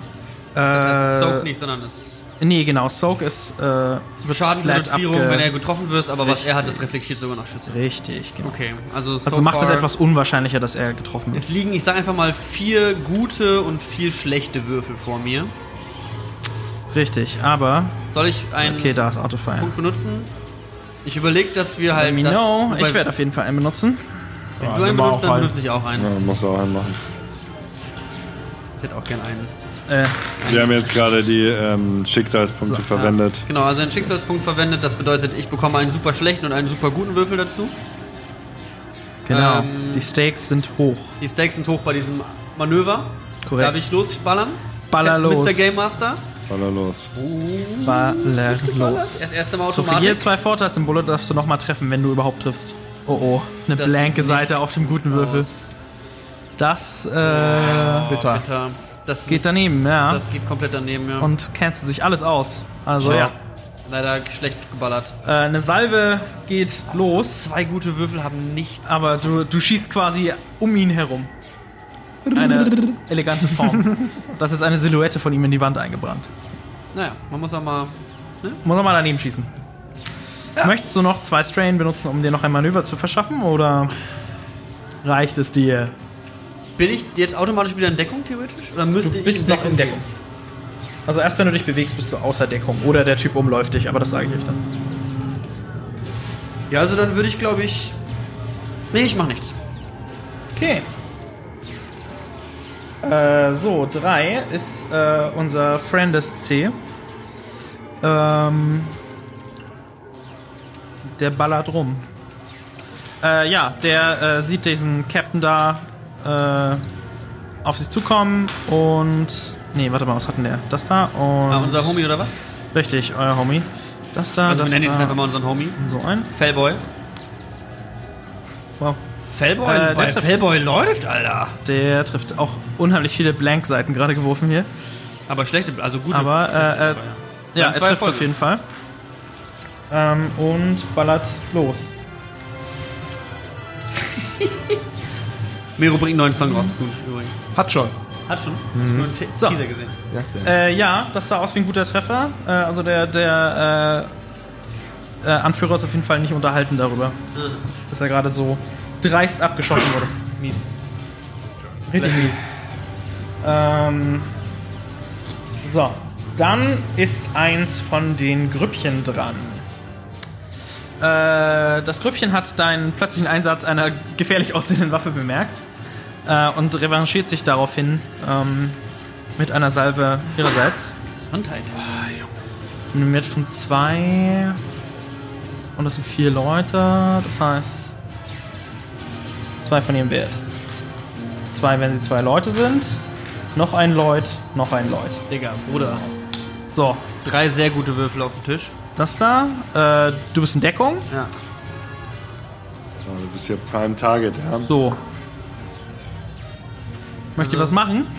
S3: Das heißt, es
S1: Äh,
S3: soak nicht, sondern es.
S1: nee, genau. Soak ist äh, wird
S3: Schadenreduzierung,
S1: flat abge-
S3: wenn er getroffen wird, aber was er hat, das
S1: Richtig.
S3: reflektiert sogar noch Schüsse.
S1: Richtig, genau.
S3: Okay, also so
S1: Also macht es
S3: far-
S1: etwas unwahrscheinlicher, dass er getroffen
S3: Es
S1: ist.
S3: liegen, ich sag einfach mal, vier gute und vier schlechte Würfel vor mir.
S1: Richtig, aber.
S3: Soll ich einen
S1: Okay, da ist Autofire.
S3: Punkt benutzen? Ich überlege, dass wir halt. das-
S1: No, ich
S3: weil-
S1: werde auf jeden Fall einen benutzen.
S3: Wenn
S2: Ja,
S3: du einen
S2: nimm mal
S3: benutzt,
S2: auch
S3: dann
S2: einen.
S3: benutze ich auch einen.
S5: Ja, muss auch anmachen.
S3: Ich hätte auch gern einen.
S1: Äh,
S5: Sie haben jetzt gerade die ähm, Schicksalspunkte verwendet.
S3: Genau, also einen Schicksalspunkt verwendet, das bedeutet, ich bekomme einen super schlechten und einen super guten Würfel dazu.
S1: Genau.
S3: Ähm,
S1: die Stakes sind hoch.
S3: Die Stakes sind hoch bei diesem Manöver.
S1: Korrekt.
S3: Darf ich äh, losballern?
S1: Baller los.
S3: Mr. Game Master.
S5: War da los.
S1: Baller los.
S3: Das erste Mal
S1: So, für jede
S3: automatisch.
S1: zwei Vorteilssymbole darfst du nochmal treffen, wenn du überhaupt triffst. Oh oh, eine
S3: Das
S1: blanke
S3: sieht
S1: Seite auf dem guten Würfel. Das äh,
S2: Bitter.
S3: Alter, Das
S1: geht daneben, ja.
S3: Das geht komplett daneben, ja.
S1: Und cancelt sich alles aus. Also
S3: Ja.
S1: ja.
S3: Leider schlecht geballert.
S1: Äh, eine Salve geht los,
S3: Zwei gute Würfel haben nichts.
S1: aber du, du schießt quasi um ihn herum. Eine elegante Form. Das ist jetzt eine Silhouette von ihm in die Wand eingebrannt.
S3: Naja, man muss auch mal.
S1: Muss er mal daneben schießen. Möchtest du noch zwei Strain benutzen, um dir noch ein Manöver zu verschaffen, oder reicht es dir?
S3: Bin ich jetzt automatisch wieder in Deckung theoretisch? Oder müsste ich gehen?
S1: Also erst wenn du dich bewegst, bist du außer Deckung. Oder der Typ umläuft dich, aber das sage ich euch dann.
S3: Ja, also dann würde ich glaube ich. Nee, ich mach nichts.
S1: Okay. Äh, so, 3 ist äh, unser Friendes C. Ähm, der ballert rum. Äh, ja, der äh, sieht diesen Captain da äh, auf sich zukommen und. Nee, warte mal, was hat denn der? Das da und.
S3: Ah, unser Homie oder was?
S1: Richtig, euer Homie. Das da,
S3: Also wir
S1: das
S3: nennen jetzt einfach
S1: da.
S3: mal unseren Homie.
S1: So ein.
S3: Fellboy.
S1: Wow.
S4: Fellboy,
S1: Äh,
S4: weil
S1: das-
S4: Fellboy läuft, Alter.
S1: Der trifft auch unheimlich viele Blank-Seiten gerade geworfen hier.
S4: Aber schlechte, also gute.
S1: Aber äh, äh, ja,
S4: Dann
S1: er
S4: zwei
S1: trifft
S4: Folgen.
S1: auf jeden Fall. Ähm, und ballert los.
S4: Mero bringt einen neuen Song raus. Übrigens.
S2: Hat schon.
S4: Hat schon. Nur einen Te-
S1: Mhm. So.
S4: Teaser gesehen.
S1: Äh, ja, das sah aus wie ein guter Treffer. Äh, also der, der äh, äh, Anführer ist auf jeden Fall nicht unterhalten darüber, dass er gerade so dreist abgeschossen wurde. Mies. Richtig mies. Ähm, so, dann ist eins von den Grüppchen dran. Äh, das Grüppchen hat deinen plötzlichen Einsatz einer gefährlich aussehenden Waffe bemerkt äh, und revanchiert sich daraufhin ähm, mit einer Salve ihrerseits.
S4: Gesundheit.
S1: Eine Wert von zwei. Und das sind vier Leute. Das heißt, zwei von ihrem Wert. Zwei, wenn sie zwei Leute sind. Noch ein Leut, noch ein Leut.
S4: Digga, Bruder.
S1: So,
S4: Drei sehr gute Würfel auf dem Tisch.
S1: das da. Äh, du bist in Deckung.
S4: Ja.
S5: So, du bist hier Prime Target, ja.
S1: So. Möchtet ihr was machen?
S4: Also-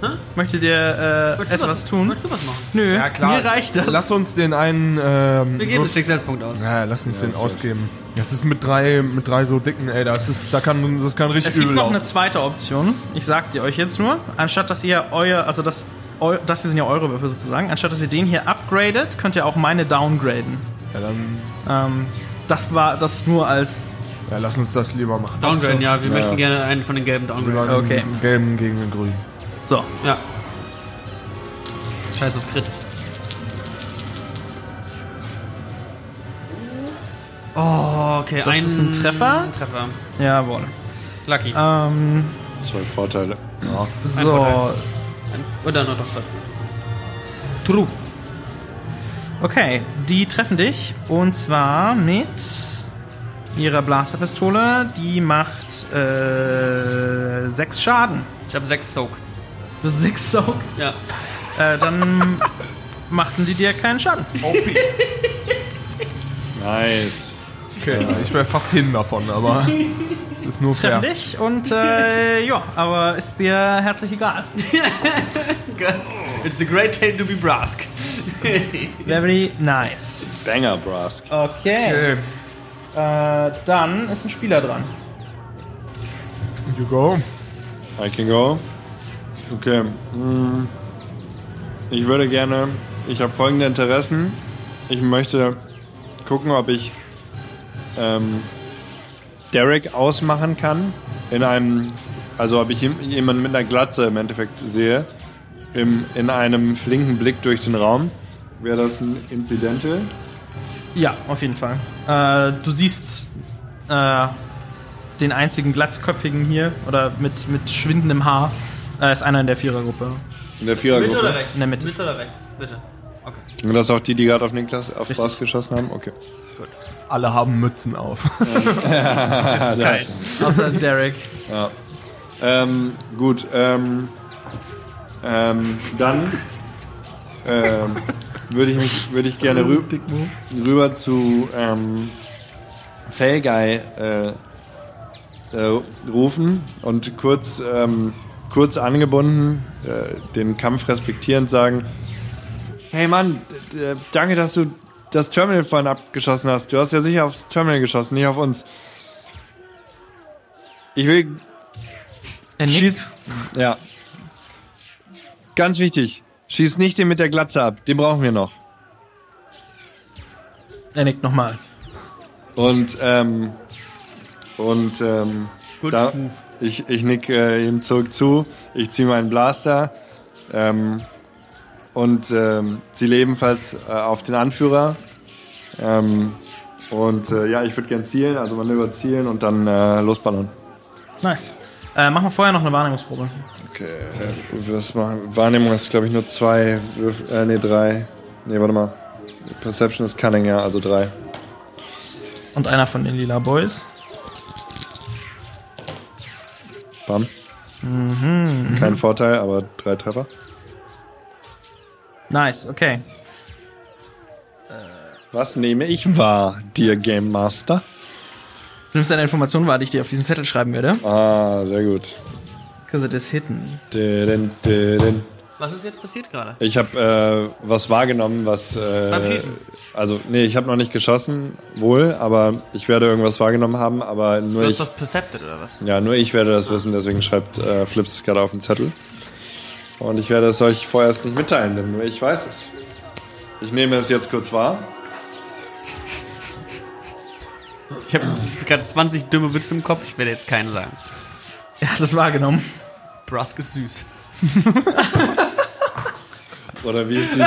S4: Hä?
S1: Möchtet ihr äh,
S4: Möchtest du
S1: etwas tun?
S4: Möchtest du was machen?
S1: Nö,
S2: Ja, klar.
S1: mir reicht das.
S2: Lass uns den einen. Ähm,
S4: Wir geben einen
S2: so-
S4: Schicksalspunkt aus.
S2: ja, lass uns den ausgeben. Das ist mit drei, mit drei so dicken, ey. Das ist, da kann, das kann richtig
S1: Es gibt
S2: übel
S1: noch eine
S2: laufen.
S1: zweite Option. Ich sag die euch jetzt nur. Anstatt dass ihr euer, also das, eu, das hier sind ja eure Würfel sozusagen. Anstatt dass ihr den hier upgradet, könnt ihr auch meine downgraden.
S2: Ja, dann
S1: Ähm, das war das nur als.
S2: ja, lass uns das lieber machen.
S4: Downgraden, ja. Wir möchten gerne einen von den gelben Downgraden.
S2: Lieber
S1: Okay.
S2: den Gelben gegen den Grünen.
S1: So.
S4: Ja. Scheiß auf Kritz. Oh, okay.
S1: Das ist ein Treffer?
S4: Ein Treffer.
S1: Jawohl.
S4: Lucky.
S1: Ähm,
S5: Zwei Vorteile.
S1: so.
S4: Ein- Oder noch doch zwei.
S1: True. Okay, die treffen dich. Und zwar mit ihrer Blasterpistole. Die macht äh, sechs Schaden.
S4: Ich habe sechs Soak.
S1: Das ist sechs Soak.
S4: Ja.
S1: Äh, dann machten die dir keinen Schaden.
S5: Nice.
S2: Okay, ich wäre fast hin davon, aber es ist nur fair.
S1: Treffen dich und äh, ja, aber ist dir herzlich egal.
S4: It's a great day to be Brask.
S1: Very nice.
S5: Banger Brask.
S1: Okay.
S2: Okay,
S1: Äh, dann ist ein Spieler dran.
S2: you go.
S5: I can go. Okay. mm. Ich würde gerne. Ich habe folgende Interessen. Ich möchte gucken, ob ich ähm, Derek ausmachen kann. In einem. Also, ob ich jem- jemanden mit einer Glatze im Endeffekt sehe. Im, in einem flinken Blick durch den Raum. Wäre das ein Incidental?
S1: Ja, auf jeden Fall. Äh, du siehst äh, den einzigen glatzköpfigen hier oder mit, mit schwindendem Haar. Äh, ist einer in der Vierergruppe.
S5: In der
S4: Mitte oder
S5: Vierergruppe.
S4: rechts?
S1: In der oh, ne, Mitte.
S4: Mitte oder rechts? Bitte. Okay.
S5: Und das auch die, die gerade auf den Klasse, auf
S1: Richtig.
S5: Brask geschossen haben? Okay.
S2: Alle haben Mützen auf.
S1: Außer Derek.
S5: Ähm, gut, ähm, ähm, dann ähm, würde ich mich, würde ich gerne rü rüber zu ähm, Felguy äh, äh, rufen und kurz, ähm, kurz angebunden äh, den Kampf respektierend sagen: Hey Mann, d- d- danke, dass du das Terminal vorhin abgeschossen hast. Du hast ja sicher aufs Terminal geschossen, nicht auf uns. Ich will
S1: Er nickt.
S5: Schieß. Ja. Ganz wichtig. Schieß nicht den mit der Glatze ab. Den brauchen wir noch.
S1: Er nickt nochmal.
S5: Und, ähm, und, ähm,
S4: Gut.
S5: da, ich, ich nick äh, ihm zurück zu. Ich ziehe meinen Blaster. Ähm, und ähm, ziele ebenfalls äh, auf den Anführer. Ähm, und äh, ja, ich würde gern zielen, also Manöver zielen und dann äh, losballern.
S1: Nice. Äh, machen wir vorher noch eine Wahrnehmungsprobe.
S5: Okay, äh, was machen? Wahrnehmung ist, glaube ich, nur zwei, Würf- äh, nee, drei. Nee, warte mal. Perception ist Cunning, ja, also drei.
S1: Und einer von den lila Boys.
S5: Bam.
S3: Mhm.
S5: Kein Vorteil, aber drei Treffer.
S1: Nice, okay.
S5: Was nehme ich wahr, dir Game Master?
S1: nimmst eine Information wahr, die ich dir auf diesen Zettel schreiben werde.
S5: Ah, sehr gut.
S1: Because it is hidden.
S5: Dün, dün.
S3: Was ist jetzt passiert gerade?
S5: Ich habe äh, was wahrgenommen, was. Äh,
S3: Beim Schießen.
S5: Also, nee, ich habe noch nicht geschossen, wohl, aber ich werde irgendwas wahrgenommen haben, aber nur
S3: Du hast
S5: ich.
S3: was percepted oder was?
S5: Ja, nur ich werde das wissen, deswegen schreibt äh, Flips es gerade auf den Zettel. Und ich werde es euch vorerst nicht mitteilen, denn nur ich weiß es. Ich nehme es jetzt kurz wahr.
S3: Ich habe gerade 20 dümme Witze im Kopf, ich werde jetzt keinen sagen.
S1: Er hat es wahrgenommen.
S3: Brusk ist süß.
S5: Oder wie ist die.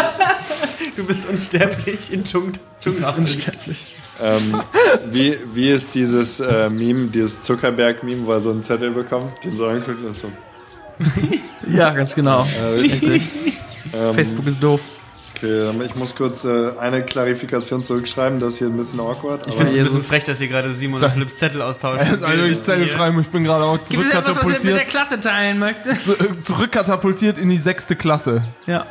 S3: Du bist unsterblich in Dschung Dschungelafricht.
S5: ähm, wie, wie ist dieses äh, Meme, dieses Zuckerberg-Meme, wo er so einen Zettel bekommt? Den soll er angucken und so.
S1: Ja, ganz genau.
S5: Äh,
S1: Facebook ist doof.
S5: okay, ähm, ich muss kurz äh, eine Klarifikation zurückschreiben, das ist hier ein bisschen awkward.
S3: Ich
S5: Aber
S3: finde es ein bisschen
S1: Jesus.
S3: frech, dass ihr gerade Simon und Philips Zettel austauscht.
S2: Er ist also wirklich zellenfrei, ich bin gerade auch
S1: Gibt es etwas, was ihr mit der
S2: zurückkatapultiert,
S1: Klasse teilen möchtet?
S2: zu- zurückkatapultiert in die sechste Klasse.
S1: Ja.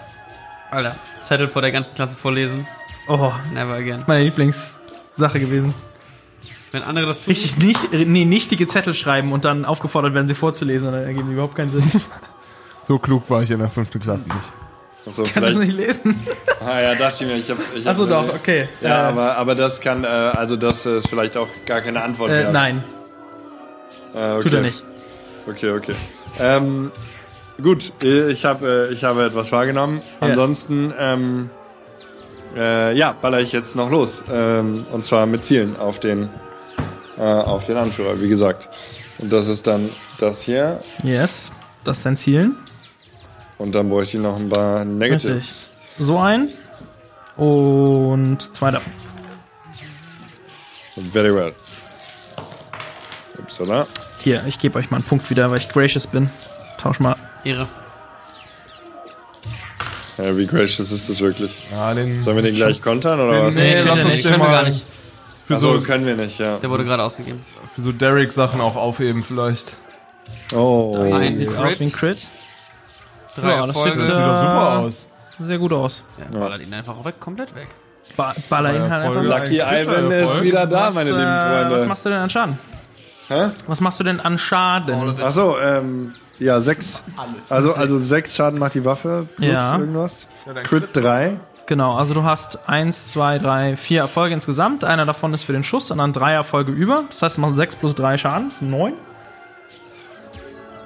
S3: Alter, Zettel vor der ganzen Klasse vorlesen.
S1: Oh,
S3: Never again.
S1: meine Lieblingssache gewesen.
S3: Wenn andere das tun,
S1: Richtig nicht, nee, nichtige Zettel schreiben und dann aufgefordert werden, sie vorzulesen, und dann ergeben die überhaupt keinen Sinn. Ich
S2: So klug war ich in der fünften Klasse nicht.
S5: Achso,
S1: kann das
S5: vielleicht.
S1: nicht lesen.
S5: Ah ja, dachte ich mir, ich habe. Ich hab
S1: Achso,
S5: mir-
S1: doch, okay.
S5: Ja,
S1: äh,
S5: aber, aber das kann, äh, also das ist vielleicht auch gar keine Antwort
S1: äh,
S5: wert.
S1: nein,
S5: Ah, okay.
S1: tut er nicht.
S5: Okay, okay. Ähm, gut, äh, ich habe äh, ich habe etwas wahrgenommen. Ansonsten, ähm, äh, ja, baller ich jetzt noch los. Ähm, und zwar mit Zielen auf den, äh, auf den Anführer, wie gesagt. Und das ist dann das hier.
S1: Yes, das ist dein Ziel.
S5: Und dann bräuchte ich noch ein paar Negatives.
S1: Richtig. So ein und zwei davon.
S5: Very well. Upsala.
S1: Hier, ich gebe euch mal einen Punkt wieder, weil ich gracious bin. Tausch mal.
S3: Ehre.
S5: Ja, wie gracious ist das wirklich?
S2: Ja, den
S5: Sollen wir den gleich kontern oder was?
S2: Nee, lass
S1: bitte
S2: uns
S1: nicht.
S2: den
S3: Können wir
S2: mal
S3: gar nicht.
S2: Für,
S5: Also
S2: so,
S5: können wir nicht, ja.
S3: Der wurde gerade ausgegeben.
S2: für so Derek-Sachen auch aufheben vielleicht.
S5: Oh.
S3: Ein
S1: Sieht aus wie ein Crit.
S3: Crit, drei
S1: Ja, das
S3: Erfolge.
S1: sieht,
S2: Das sieht doch super aus.
S1: Sehr gut aus.
S3: Ja, ballert ihn einfach weg, komplett weg.
S1: Ba baller ihn halt einfach.
S2: Erfolge.
S5: Lucky
S2: Ein guter
S5: Ivan ist
S2: Erfolg.
S5: wieder da, meine
S1: äh,
S5: lieben Freunde.
S1: was machst du denn an Schaden?
S5: Hä?
S1: Was machst du denn an Schaden?
S5: Achso, ähm, ja, sechs. Also, also sechs Schaden macht die Waffe plus
S1: Ja.
S5: irgendwas. Crit 3.
S1: Genau, also du hast eins, zwei, drei, vier Erfolge insgesamt. Einer davon ist für den Schuss und dann drei Erfolge über. Das heißt, du machst sechs plus drei Schaden. Das sind neun.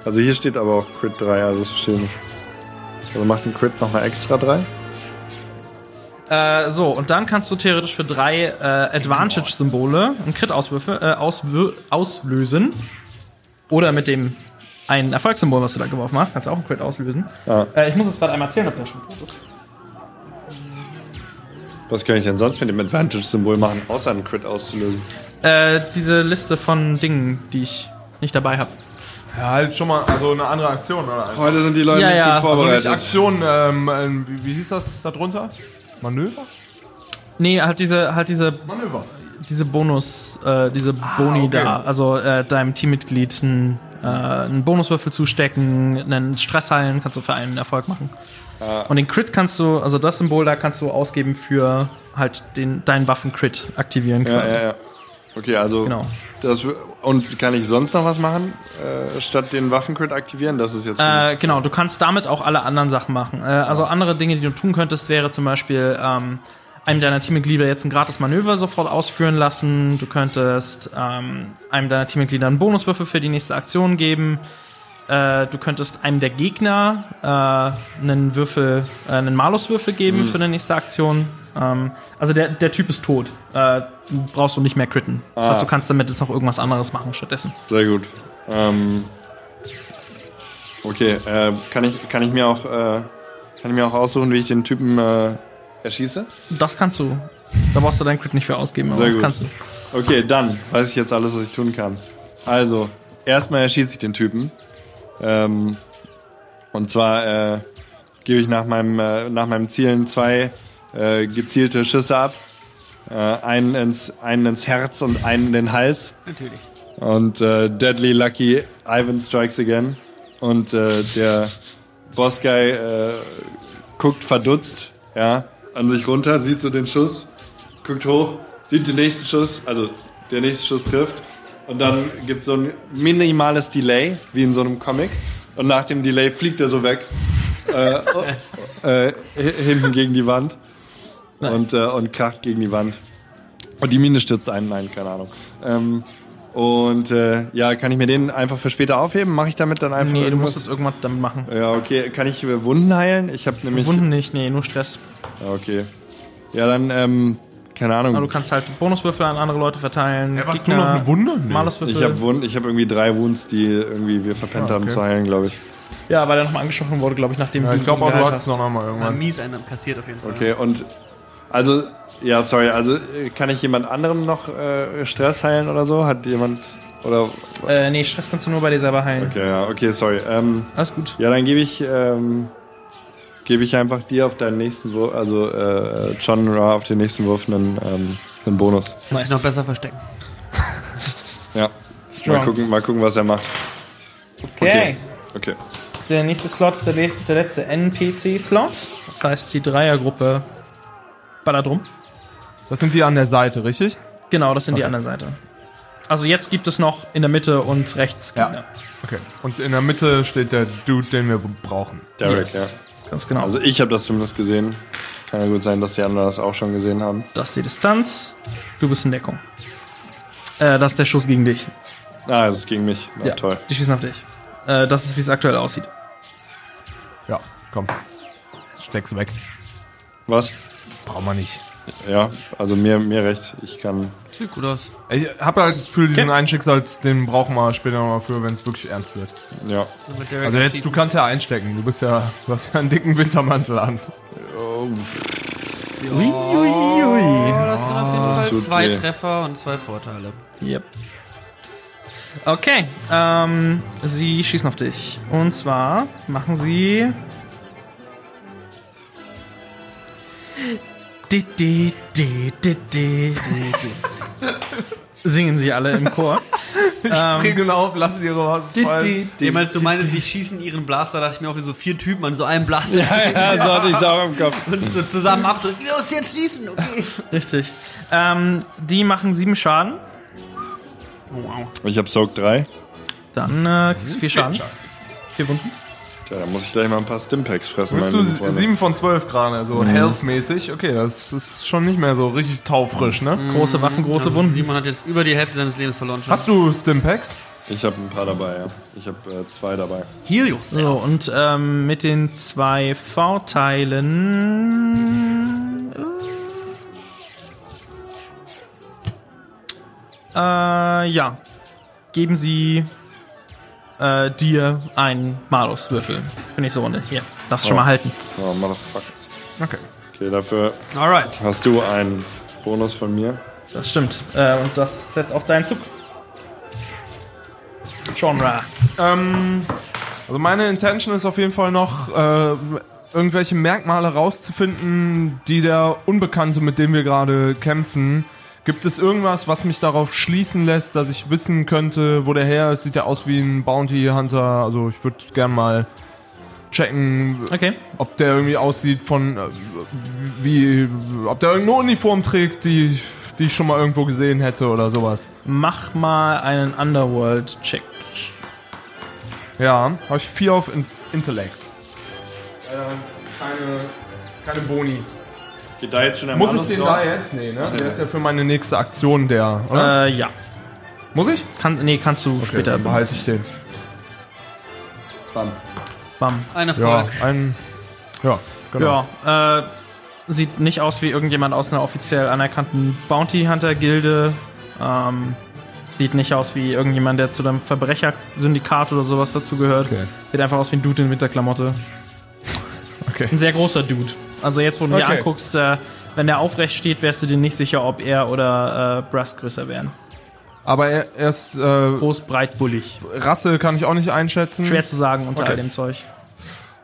S5: Also hier steht aber auch Crit 3, also das verstehe ich nicht. Also macht den Crit nochmal extra 3.
S1: Äh, so, und dann kannst du theoretisch für drei äh, Advantage-Symbole einen Crit-Auswürfe äh, auswö- auslösen. Oder mit dem ein Erfolgssymbol, was du da geworfen hast, kannst du auch einen Crit auslösen.
S5: Ah.
S1: Äh, ich muss jetzt gerade einmal erzählen, ob der schon tut.
S5: Was kann ich denn sonst mit dem Advantage-Symbol machen, außer einen Crit auszulösen?
S1: Äh, diese Liste von Dingen, die ich nicht dabei habe.
S2: Ja, halt schon mal, also eine andere Aktion. Oder? Also
S5: Heute sind die Leute
S1: Ja,
S5: Äh, nicht
S1: ja.
S5: gut
S1: Also
S2: nicht
S5: vorbereitet.
S2: Aktion, ähm, ähm, wie, wie hieß das da drunter? Manöver?
S1: Nee, halt diese, halt diese,
S2: Manöver.
S1: diese Bonus, äh, diese
S5: Ah,
S1: Boni
S2: okay.
S1: da. Also äh, deinem Teammitglied einen, äh, einen Bonuswürfel zustecken, einen Stress heilen, kannst du für einen Erfolg machen.
S5: Ah.
S1: Und den Crit kannst du, also das Symbol da kannst du ausgeben für halt den, deinen Waffen-Crit aktivieren
S5: ja,
S1: quasi.
S5: ja, ja. Okay, also.
S1: Genau.
S5: Das, w- und kann ich sonst noch was machen, äh, statt den Waffencrit aktivieren? Das ist jetzt.
S1: Äh, genau, du kannst damit auch alle anderen Sachen machen. Äh, also andere Dinge, die du tun könntest, wäre zum Beispiel ähm, einem deiner Teammitglieder jetzt ein gratis Manöver sofort ausführen lassen. Du könntest ähm, einem deiner Teammitglieder einen Bonuswürfel für die nächste Aktion geben. Äh, du könntest einem der Gegner äh, einen Würfel, äh, einen Maluswürfel geben
S5: Mhm.
S1: für die nächste Aktion. Ähm, also der, der Typ ist tot. Äh, du brauchst du nicht mehr critten. Das
S5: Ah.
S1: heißt, du kannst damit jetzt noch irgendwas anderes machen stattdessen.
S5: Sehr gut. Ähm, okay, äh, kann, ich, kann ich mir auch äh, kann ich mir auch aussuchen, wie ich den Typen äh, erschieße?
S1: Das kannst du. Da brauchst du deinen Crit nicht für ausgeben, aber
S5: Sehr
S1: das
S5: gut.
S1: kannst du.
S5: Okay, dann weiß ich jetzt alles, was ich tun kann. Also, erstmal erschieße ich den Typen. Ähm, und zwar äh, gebe ich nach meinem, äh, nach meinem Zielen zwei äh, gezielte Schüsse ab. Äh, einen, ins, einen ins Herz und einen in den Hals.
S3: Natürlich.
S5: Und äh, Deadly Lucky Ivan Strikes Again. Und äh, der Boss Guy äh, guckt verdutzt, ja, an sich runter, sieht so den Schuss, guckt hoch, sieht den nächsten Schuss, also der nächste Schuss trifft Und dann gibt es so ein minimales Delay, wie in so einem Comic. Und nach dem Delay fliegt er so weg. äh, äh, h- hinten gegen die Wand. Und, äh, und kracht gegen die Wand. Und die Mine stürzt ein. Nein, keine Ahnung. Ähm, und äh, ja, kann ich mir den einfach für später aufheben? Mache ich damit dann einfach
S1: Nee, du
S5: irgendwas?
S1: musst jetzt irgendwas damit machen.
S5: Äh, Ja, okay. Kann ich äh, Wunden heilen? Ich habe nämlich...
S1: Wunden nicht, nee, nur Stress.
S5: Ja, okay. Ja, dann, ähm, keine Ahnung.
S1: Aber du kannst halt Bonuswürfel an andere Leute verteilen.
S2: Ja, warst du noch eine Wunde? Nee.
S1: Maluswürfel.
S5: ich habe hab irgendwie drei Wounds, die irgendwie wir verpennt haben zu heilen, glaube ich.
S1: ja, weil er nochmal angeschossen wurde, glaube ich, nachdem
S2: Ja, ich
S1: ihn
S2: glaube auch, du
S1: geheilt
S2: hattest noch einmal
S3: Mal
S2: irgendwann.
S3: mies einen kassiert auf jeden Fall.
S5: Okay, und also, ja, sorry, also äh, kann ich jemand anderem noch äh, Stress heilen oder so? Hat jemand oder
S1: Äh, nee, Stress kannst du nur bei dir selber heilen.
S5: okay, ja, okay, sorry. Ähm,
S1: Alles gut.
S5: ja, dann gebe ich ähm, gebe ich einfach dir auf deinen nächsten Wurf, also äh, John Ra auf den nächsten Wurf einen, ähm, einen Bonus.
S3: Kannst dich noch besser verstecken.
S5: Ja.
S1: Strong.
S5: Mal gucken, mal gucken, was er macht.
S1: Okay.
S5: Okay.
S1: Der nächste Slot ist der, le- der letzte NPC-Slot. Das heißt, die Dreiergruppe ballert rum.
S2: Das sind die an der Seite, richtig?
S1: Genau, das sind die andere Seite. Also jetzt gibt es noch in der Mitte und rechts
S2: Ja.
S1: Gegner.
S2: Okay. Und in der Mitte steht der Dude, den wir brauchen.
S5: Derek,
S1: Yes.
S5: ja.
S1: Ganz genau.
S5: Also ich habe das zumindest gesehen. Kann ja gut sein, dass die anderen das auch schon gesehen haben.
S1: das ist die Distanz. Du bist in Deckung. Äh, das ist der Schuss gegen dich.
S5: Ah, das ging mich. Na, toll.
S1: Die schießen auf dich. Äh, das ist, wie es aktuell aussieht.
S2: Ja, komm. Steck's weg.
S5: Was?
S2: Brauchen wir nicht.
S5: Ja, also mir, mir recht. Ich kann.
S3: Sieht gut aus.
S2: Ich habe halt das Gefühl, diesen einen Schicksals, den brauchen wir später nochmal für, wenn es wirklich ernst wird.
S5: Ja.
S3: Mit Derek
S2: Also jetzt, du
S3: schießen.
S2: kannst ja einstecken. Du bist ja, du hast ja einen dicken Wintermantel an.
S3: Oh, das sind auf jeden Fall
S5: tut
S3: zwei
S5: weh.
S3: Treffer und zwei Vorteile.
S1: Yep. Okay, ähm, sie schießen auf dich. Und zwar machen sie. Di, di, di, di, di, di, di. Singen sie alle im Chor.
S2: Regeln auf, lassen genau. sie ihre Hosen fallen.
S3: Jemals du meinst, sie schießen ihren Blaster, dachte ich mir auch wie so vier Typen an so einem Blaster
S5: ja, so hatte ich auch im Kopf.
S3: und so zusammen abdrücken. Los, jetzt schießen, okay.
S1: Richtig. Ähm, die machen sieben Schaden.
S5: Ich habe Soak 3.
S1: Dann äh, kriegst du vier Schaden. Vier Wunden.
S5: Tja, da muss ich gleich mal ein paar Stimpacks fressen.
S2: Bist
S5: meine
S2: du
S5: lieben Freunde.
S2: 7 von 12 gerade, so health-mäßig. Okay, das ist schon nicht mehr so richtig taufrisch, ne?
S1: Große Waffen, große
S3: Also
S1: Wunden.
S3: Simon hat jetzt über die Hälfte seines Lebens verloren schon.
S2: Hast du Stimpacks?
S5: Ich habe ein paar dabei, ja. Ich habe äh, zwei dabei.
S3: Heal yourself.
S1: So, und ähm, mit den zwei Vorteilen. Äh, äh, ja. Geben sie äh, dir einen Malus-Würfel für nächste Runde. Hier, darfst du schon mal halten.
S5: Oh, Motherfuckers.
S2: Okay.
S5: Okay, dafür
S3: Alright.
S5: hast du einen Bonus von mir.
S1: Das stimmt. Äh, und das ist jetzt auch dein Zug. Genre.
S2: Ähm, also meine Intention ist auf jeden Fall noch, äh, irgendwelche Merkmale rauszufinden, die der Unbekannte, mit dem wir gerade kämpfen, gibt es irgendwas, was mich darauf schließen lässt, dass ich wissen könnte, wo der her ist? Sieht ja aus wie ein Bounty Hunter. Also ich würde gern mal checken,
S1: Okay.
S2: ob der irgendwie aussieht von äh, wie, ob der irgendeine Uniform trägt, die, die ich schon mal irgendwo gesehen hätte oder sowas.
S1: Mach mal einen Underworld-Check.
S2: Ja, habe ich vier auf In Intellect. Äh, keine, keine Boni.
S5: Geht da jetzt schon ein
S2: Muss ich den da jetzt? Nee, ne? Der ist ja für meine nächste Aktion der, oder?
S1: Äh, ja.
S2: Muss ich?
S1: Kann, nee, kannst du
S2: Okay,
S1: später.
S2: dann behalte ich den.
S1: Bam.
S3: Ein
S2: Ja,
S3: Erfolg.
S2: ein. Ja, genau.
S1: Ja, äh, sieht nicht aus wie irgendjemand aus einer offiziell anerkannten Bounty Hunter Gilde. Ähm, sieht nicht aus wie irgendjemand, der zu einem Verbrechersyndikat oder sowas dazu gehört.
S2: Okay.
S1: Sieht einfach aus wie ein Dude in Winterklamotte.
S2: Okay.
S1: Ein sehr großer Dude. Also jetzt, wo du dir
S2: Okay.
S1: anguckst, äh, wenn der aufrecht steht, wärst du dir nicht sicher, ob er oder äh, Brass größer wären.
S2: Aber er, er ist. Äh,
S1: Groß, breit, bullig.
S2: Rasse kann ich auch nicht einschätzen.
S1: Schwer zu sagen unter
S2: Mhm. Okay.
S1: all dem Zeug.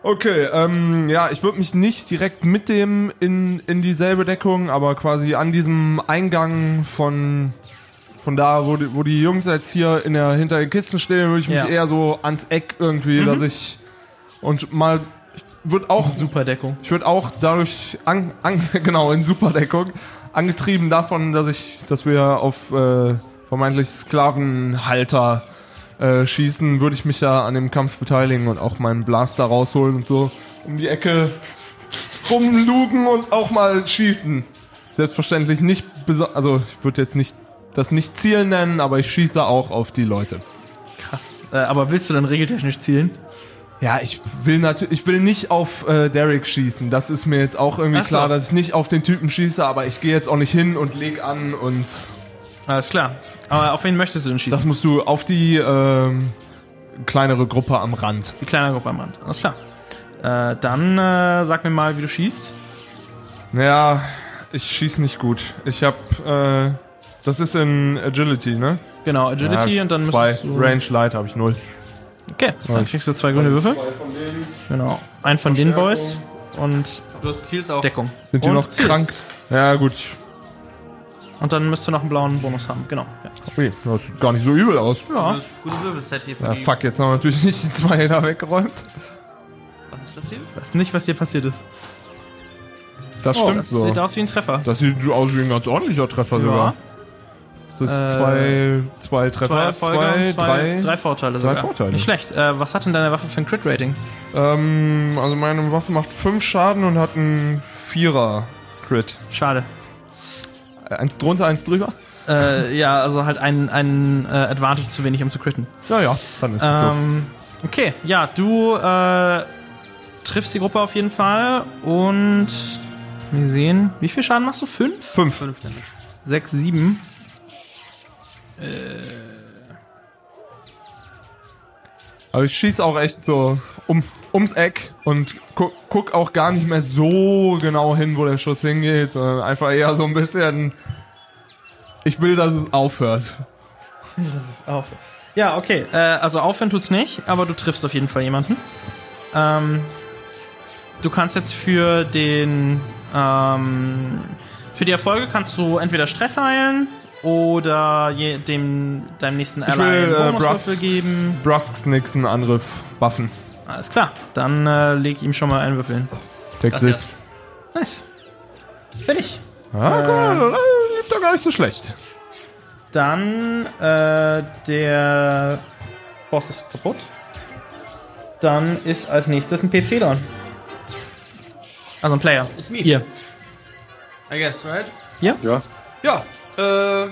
S2: Okay, ähm, ja, ich würde mich nicht direkt mit dem in, in dieselbe Deckung, aber quasi an diesem Eingang von, von da, wo die, wo die Jungs jetzt hier in der, hinter den Kisten stehen, würde ich mich
S1: Ja.
S2: eher so ans Eck irgendwie, dass ich und mal, ich würde auch,
S1: Super Deckung.
S2: ich würde auch dadurch, an, an, genau, in Superdeckung, angetrieben davon, dass ich, dass wir auf, äh, vermeintlich Sklavenhalter äh, schießen, würde ich mich ja an dem Kampf beteiligen und auch meinen Blaster rausholen und so um die Ecke rumlugen und auch mal schießen. Selbstverständlich nicht, beso- also ich würde jetzt nicht das nicht Ziel nennen, aber ich schieße auch auf die Leute.
S1: Krass. Äh, aber willst du dann regeltechnisch zielen?
S2: Ja, ich will natürlich, ich will nicht auf äh, Derek schießen. Das ist mir jetzt auch irgendwie
S1: Ach so.
S2: klar, dass ich nicht auf den Typen schieße, aber ich gehe jetzt auch nicht hin und leg an und
S1: Alles klar. Aber auf wen möchtest du denn schießen?
S2: das musst du auf die ähm, kleinere Gruppe am Rand.
S1: Die kleine Gruppe am Rand. Alles klar. Äh, dann äh, sag mir mal, wie du schießt.
S2: Naja, ich schieß nicht gut. Ich hab, äh, das ist in Agility, ne?
S1: Genau, Agility
S2: ja,
S1: und dann
S2: zwei.
S1: müsstest du...
S2: Range Light habe ich null.
S1: Okay, dann kriegst du zwei grüne Würfel. Genau. Ein von den Boys und
S3: Du zielst auch.
S1: Deckung.
S2: Sind die
S1: und
S2: noch
S1: zielst.
S2: krank? Ja gut.
S1: Und dann müsst du noch einen blauen Bonus haben. Genau. Ja.
S2: Okay, das sieht gar nicht so übel aus.
S1: Ja.
S3: Das ist gutes Würfelset hier für
S2: Ja,
S3: die.
S2: fuck, jetzt haben wir natürlich nicht die zwei da weggeräumt.
S3: Was ist das hier?
S1: Ich weiß nicht, was hier passiert ist.
S2: Das stimmt
S1: Oh, das
S2: so.
S1: sieht aus wie ein Treffer.
S2: Das sieht aus wie ein ganz ordentlicher Treffer sogar. Das ist
S1: Äh,
S2: zwei, zwei Treffer,
S1: Zwei Erfolge und zwei, drei,
S2: drei.
S1: Vorteile
S2: drei
S1: sogar.
S2: Vorteile.
S1: Nicht schlecht. Äh, was hat denn deine Waffe für ein Crit-Rating?
S2: Ähm, also meine Waffe macht fünf Schaden und hat einen Vierer Crit.
S1: Schade.
S2: Äh, Eins drunter, eins drüber?
S1: Äh, ja, also halt ein, ein äh, Advantage zu wenig, um zu critten.
S2: Ja, ja, dann ist es so.
S1: Ähm, okay, ja, du äh, triffst die Gruppe auf jeden Fall und wir sehen, wie viel Schaden machst du? Fünf?
S2: Fünf.
S1: Sechs, sieben?
S2: Aber ich schieß auch echt so um, ums Eck und guck, guck auch gar nicht mehr so genau hin, wo der Schuss hingeht, sondern einfach eher so ein bisschen. Ich will, dass es aufhört.
S1: Das ist auf. Ja, okay. Äh, also aufhören tut's nicht, aber du triffst auf jeden Fall jemanden. Ähm, du kannst jetzt für den ähm, für die Erfolge kannst du entweder Stress heilen oder je, dem deinem nächsten
S2: Ich
S1: Ally
S2: will äh,
S1: einen Bonuswürfel
S2: Brusks,
S1: geben.
S2: Brusks nixen Angriff buffen.
S1: Alles klar. Dann äh, leg ihm schon mal einen Würfel hin.
S2: Texas.
S1: Nice. Fertig.
S2: Ah, cool. Äh, Liegt doch gar nicht so schlecht.
S1: Dann äh, der Boss ist kaputt. Dann ist als nächstes ein PC dran. Also ein Player.
S3: It's me.
S1: Hier.
S3: I guess, right?
S5: Ja.
S3: Ja, äh,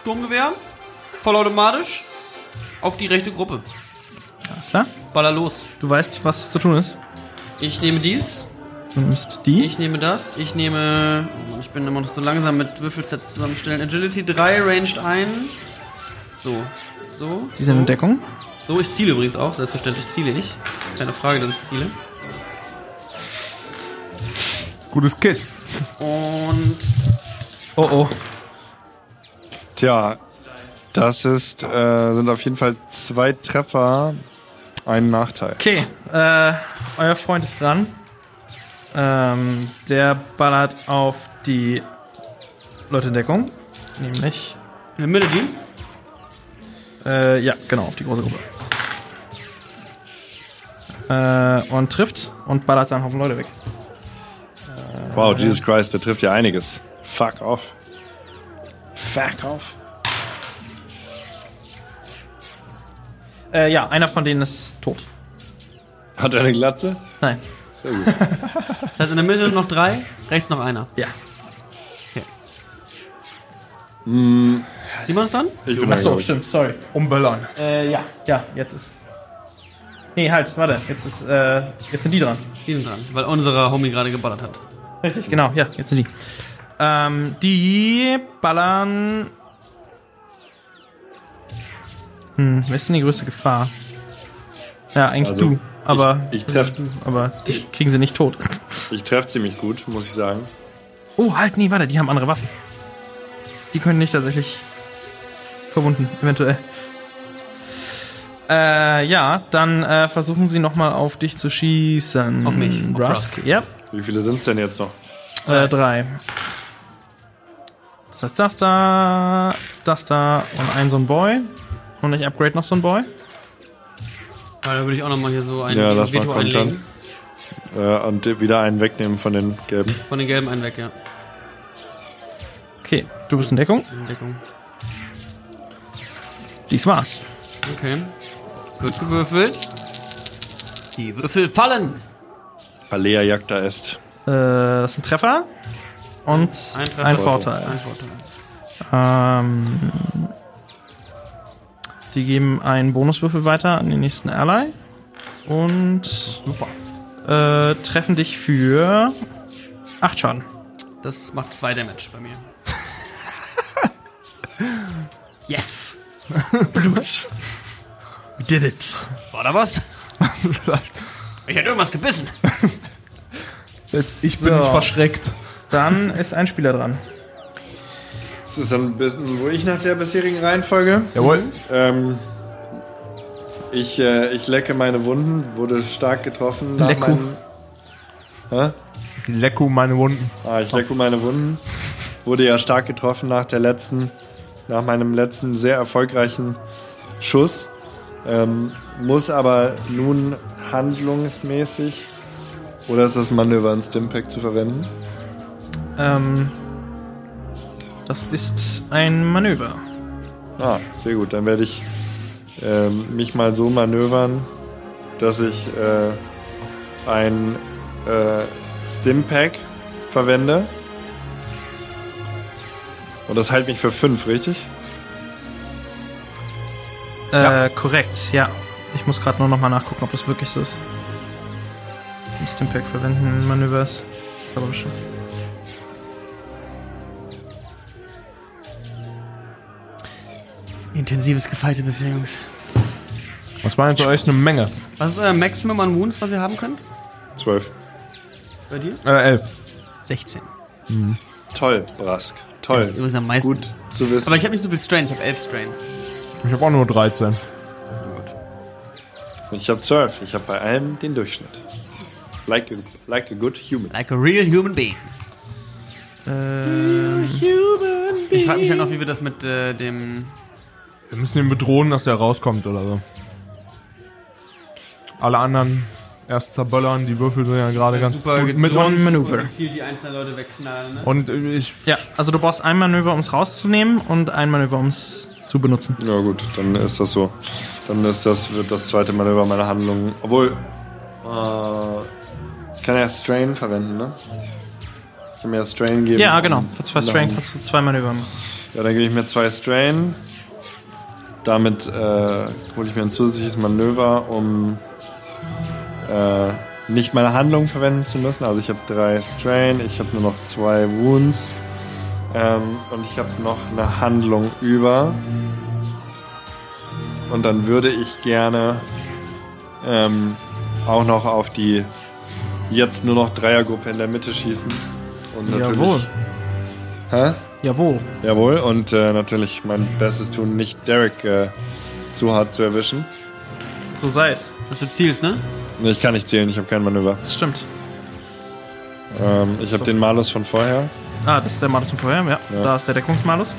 S3: Sturmgewehr, vollautomatisch, auf die rechte Gruppe.
S1: Alles klar.
S3: Baller los.
S1: Du weißt, was zu tun ist.
S3: Ich nehme dies,
S1: Du nimmst die.
S3: ich nehme das, ich nehme. Ich bin immer noch so langsam mit Würfelsets zusammenstellen. Agility 3, ranged ein. So, so.
S1: Die sind in Deckung.
S3: So, ich ziele übrigens auch, selbstverständlich ziele ich. Keine Frage, dass ich ziele.
S2: Gutes Kit.
S3: Und
S1: Oh oh.
S5: Tja, das ist, äh, sind auf jeden Fall zwei Treffer, ein Nachteil.
S1: Okay. Äh, euer Freund ist dran. Ähm, der ballert auf die Leute in Deckung. Nämlich.
S3: eine Melody.
S1: Äh, ja, genau, auf die große Gruppe. Äh, und trifft und ballert einen Haufen Leute weg.
S5: Wow, Jesus Christ, der trifft ja einiges. Fuck off. Fuck off.
S1: Äh, ja, einer von denen ist tot.
S5: Hat er eine Glatze?
S1: Nein.
S3: Das heißt, in der Mitte noch drei, rechts noch einer.
S1: Ja.
S3: Sieht man es dann?
S5: Ich bin
S1: Achso, stimmt, sorry.
S2: Umböllern.
S1: Äh, ja, ja, jetzt ist. Nee, halt, warte, jetzt ist, äh, jetzt sind die dran.
S3: Die sind dran, weil unserer Homie gerade geballert hat.
S1: Richtig, genau, ja, jetzt sind die. Ähm, die ballern. Hm, wer ist denn die größte Gefahr? Ja, eigentlich
S5: Also,
S1: du. Aber,
S5: ich treff-
S1: aber dich kriegen sie nicht tot.
S5: Ich treffe ziemlich gut, muss ich sagen.
S1: Oh, halt, nee, warte, die haben andere Waffen. Die können nicht tatsächlich verwunden, eventuell. Äh, ja, dann äh, versuchen sie nochmal auf dich zu schießen.
S3: Auf mich, auf
S1: Brusk.
S3: Brusk.
S1: Ja,
S5: Wie viele sind es denn jetzt noch?
S1: äh, drei. Das heißt, das da, das da und ein so ein Boy. Und ich upgrade noch so ein Boy.
S3: Ja, da würde ich auch nochmal hier so ein
S5: Ja, lass mal
S3: Veto
S5: kontern.
S3: einlegen.
S5: Äh, und wieder einen wegnehmen von den gelben.
S3: Von den gelben einen weg, ja.
S1: Okay, du bist in Deckung.
S3: In Deckung.
S1: Dies war's.
S3: Okay. Wird gewürfelt. Die Würfel fallen.
S5: Balea jagt da ist.
S1: Äh, das ist ein Treffer und ein,
S3: Treffer.
S1: Vorteil.
S3: Ein Vorteil.
S1: Ähm, die geben einen Bonuswürfel weiter an den nächsten Ally und super. Äh, treffen dich für 8 Schaden.
S3: Das macht zwei Damage bei mir.
S1: Yes! Blut. We did it.
S4: War da was? Ich hätte irgendwas gebissen.
S2: Selbst ich bin nicht verschreckt.
S1: Dann ist ein Spieler dran.
S5: Das ist dann ein bisschen, wo ich nach der bisherigen Reihenfolge.
S2: Jawohl.
S5: Ähm, ich, äh, ich lecke meine Wunden, wurde stark getroffen. Nach
S1: Lecku.
S5: meinem- Hä?
S2: Lecko meine Wunden.
S5: Ah, ich lecke meine Wunden. Wurde ja stark getroffen nach der letzten, nach meinem letzten sehr erfolgreichen Schuss. Ähm, muss aber nun handlungsmäßig oder ist das Manöver ein Stimpack zu verwenden?
S1: Ähm, das ist ein Manöver.
S5: Ah, sehr gut. Dann werde ich ähm, mich mal so manövern, dass ich äh, ein äh, Stimpack verwende. Und das hält mich für fünf, richtig?
S1: Äh, korrekt, ja. Ich muss gerade nur nochmal nachgucken, ob das wirklich so ist. Stimpack verwenden, Manövers. Aber schon.
S3: Intensives Gefeite bisher, Jungs.
S2: Was war jetzt für euch eine Menge?
S3: Was ist euer Maximum an Wounds, was ihr haben könnt?
S5: Zwölf.
S3: Bei dir?
S2: Äh, elf.
S3: 16.
S5: Toll, Brask. Toll.
S3: Übrigens am meisten.
S5: Äh, Gut zu wissen.
S3: Aber ich habe nicht so viel Strain, ich habe 11 Strain.
S2: Ich habe auch nur 13.
S5: Ich habe zwölf. Ich habe bei allem den Durchschnitt. Like a, like a good human.
S3: Like a real human being.
S1: Äh,
S3: Ich frage mich ja noch, wie wir das mit äh, dem.
S2: Wir müssen ihn bedrohen, dass er rauskommt oder so. Alle anderen erst zerböllern, die Würfel sind ja gerade ganz
S3: Super
S2: gut mit
S3: gezogen.
S2: uns.
S1: Manöver.
S3: viel die einzelnen Leute wegknallen, ne?
S2: Und ich
S1: Ja, also du brauchst ein Manöver, um es rauszunehmen und ein Manöver, um es zu benutzen.
S5: Ja gut, dann ist das so. Dann ist das, wird das zweite Mal über meine Handlung. Obwohl. Äh, ich kann ja Strain verwenden, ne? Ich kann mir ja Strain geben.
S1: Ja, genau.
S5: um-
S1: Für zwei Strength
S5: um-
S1: kannst du zwei Manöver machen.
S5: Ja, dann gebe ich mir zwei Strain. Damit äh, hole ich mir ein zusätzliches Manöver, um äh, nicht meine Handlung verwenden zu müssen. Also ich habe drei Strain, ich habe nur noch zwei Wounds ähm, und ich habe noch eine Handlung über. Und dann würde ich gerne ähm, auch noch auf die jetzt nur noch Dreiergruppe in der Mitte schießen. Und natürlich.
S1: Jawohl.
S5: Hä?
S1: Jawohl.
S5: Jawohl, und äh, natürlich mein Bestes tun, nicht Derek äh, zu hart zu erwischen.
S1: So sei es.
S3: Dass du zielst, ne?
S5: Nee, Ich kann nicht zählen, ich habe kein Manöver.
S1: Das stimmt.
S5: Ähm, ich habe den Malus von vorher.
S1: Ah, das ist der Malus von vorher. Ja,
S5: Ja.
S1: da ist der Deckungsmalus.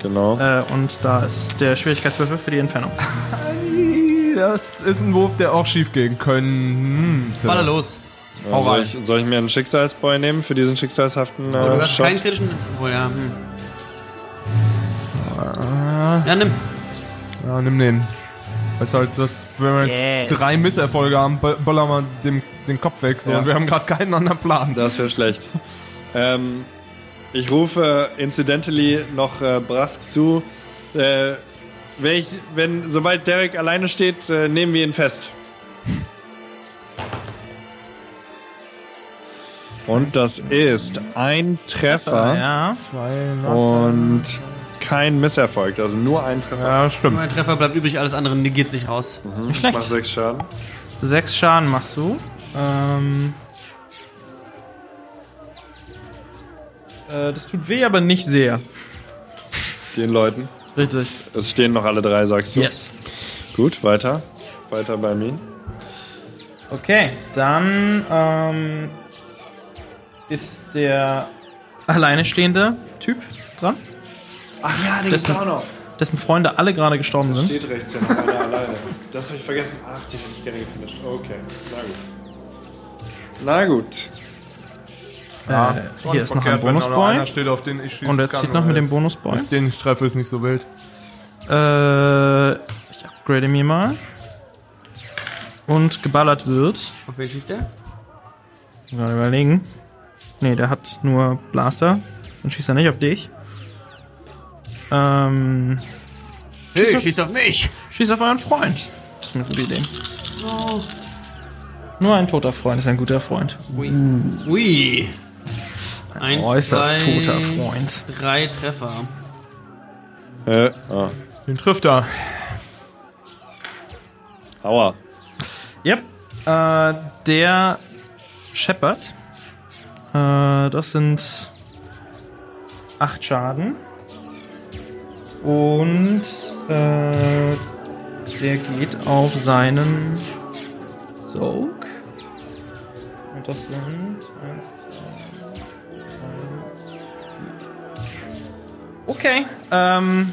S5: Genau.
S1: Äh, und da ist der Schwierigkeitswürfel für die Entfernung.
S2: Das ist ein Wurf, der auch schief gehen könnte.
S3: Baller los.
S5: Äh,
S2: hau
S5: soll,
S2: rein.
S5: ich, soll ich mir einen Schicksalsboy nehmen für diesen schicksalshaften
S3: Aber du
S5: äh,
S3: hast keinen
S5: Shot?
S3: kritischen. Wohl, ja. Hm. Ja, nimm.
S2: Ja, nimm den. Weißt du halt, dass, wenn wir jetzt
S1: Yes.
S2: drei Misserfolge haben, bö- böllern wir dem, den Kopf weg. So.
S5: Ja.
S2: Und wir haben gerade keinen anderen Plan.
S5: Das wäre schlecht. ähm, ich rufe incidentally noch äh, Brask zu. Äh, wenn ich, wenn, sobald Derek alleine steht, äh, nehmen wir ihn fest. Und das ist ein Treffer.
S1: Ja.
S5: Und kein Misserfolg, also nur ein Treffer.
S2: Ja, stimmt.
S3: Mein Treffer bleibt übrig, alles andere negiert sich raus.
S1: Nicht
S5: Ich
S1: schlecht.
S5: mach sechs Schaden.
S1: Sechs Schaden machst du. Ähm, äh, das tut weh, aber nicht sehr.
S5: Den Leuten.
S1: Richtig.
S5: Es stehen noch alle drei, sagst du.
S1: Yes.
S5: Gut, weiter. Weiter bei mir.
S1: Okay, dann ähm, ist der alleine stehende Typ dran,
S5: Ach ja, den
S1: Das- gibt's auch
S5: noch.
S1: dessen Freunde alle gerade gestorben sind.
S5: Steht rechts ja noch einer alleine. Das habe ich vergessen. Ach, den hätte ich gerne gefinisht. Okay, na gut. Na gut.
S2: Ja,
S1: Äh, hier ist noch ein
S2: verkehrt, wenn da noch einer
S1: Bonusboy.
S2: steht, auf den ich schießen
S1: Und er
S2: kann,
S1: zieht noch mit
S2: weil
S1: dem Bonusboy.
S2: Den ich treffe, ist nicht so wild.
S1: Äh, ich upgrade mir mal. Und geballert wird.
S6: Auf welche schießt der?
S1: Muss Mal überlegen. Nee, der hat nur Blaster. Dann schießt er nicht auf dich. Ähm,
S3: Hey, schießt auf mich.
S1: schießt auf euren Freund. Das ist eine gute Idee. Nur ein toter Freund ist ein guter Freund.
S3: Ui. Ein,
S1: Äußerst
S3: zwei,
S1: toter Freund.
S3: Drei Treffer.
S4: Äh, ah.
S2: Den trifft er.
S4: Aua.
S1: Yep. Äh, der Shepard. Äh, das sind acht Schaden. Und äh, der geht auf seinen Sog. Und das sind eins, zwei, drei, vier. Okay. Ähm,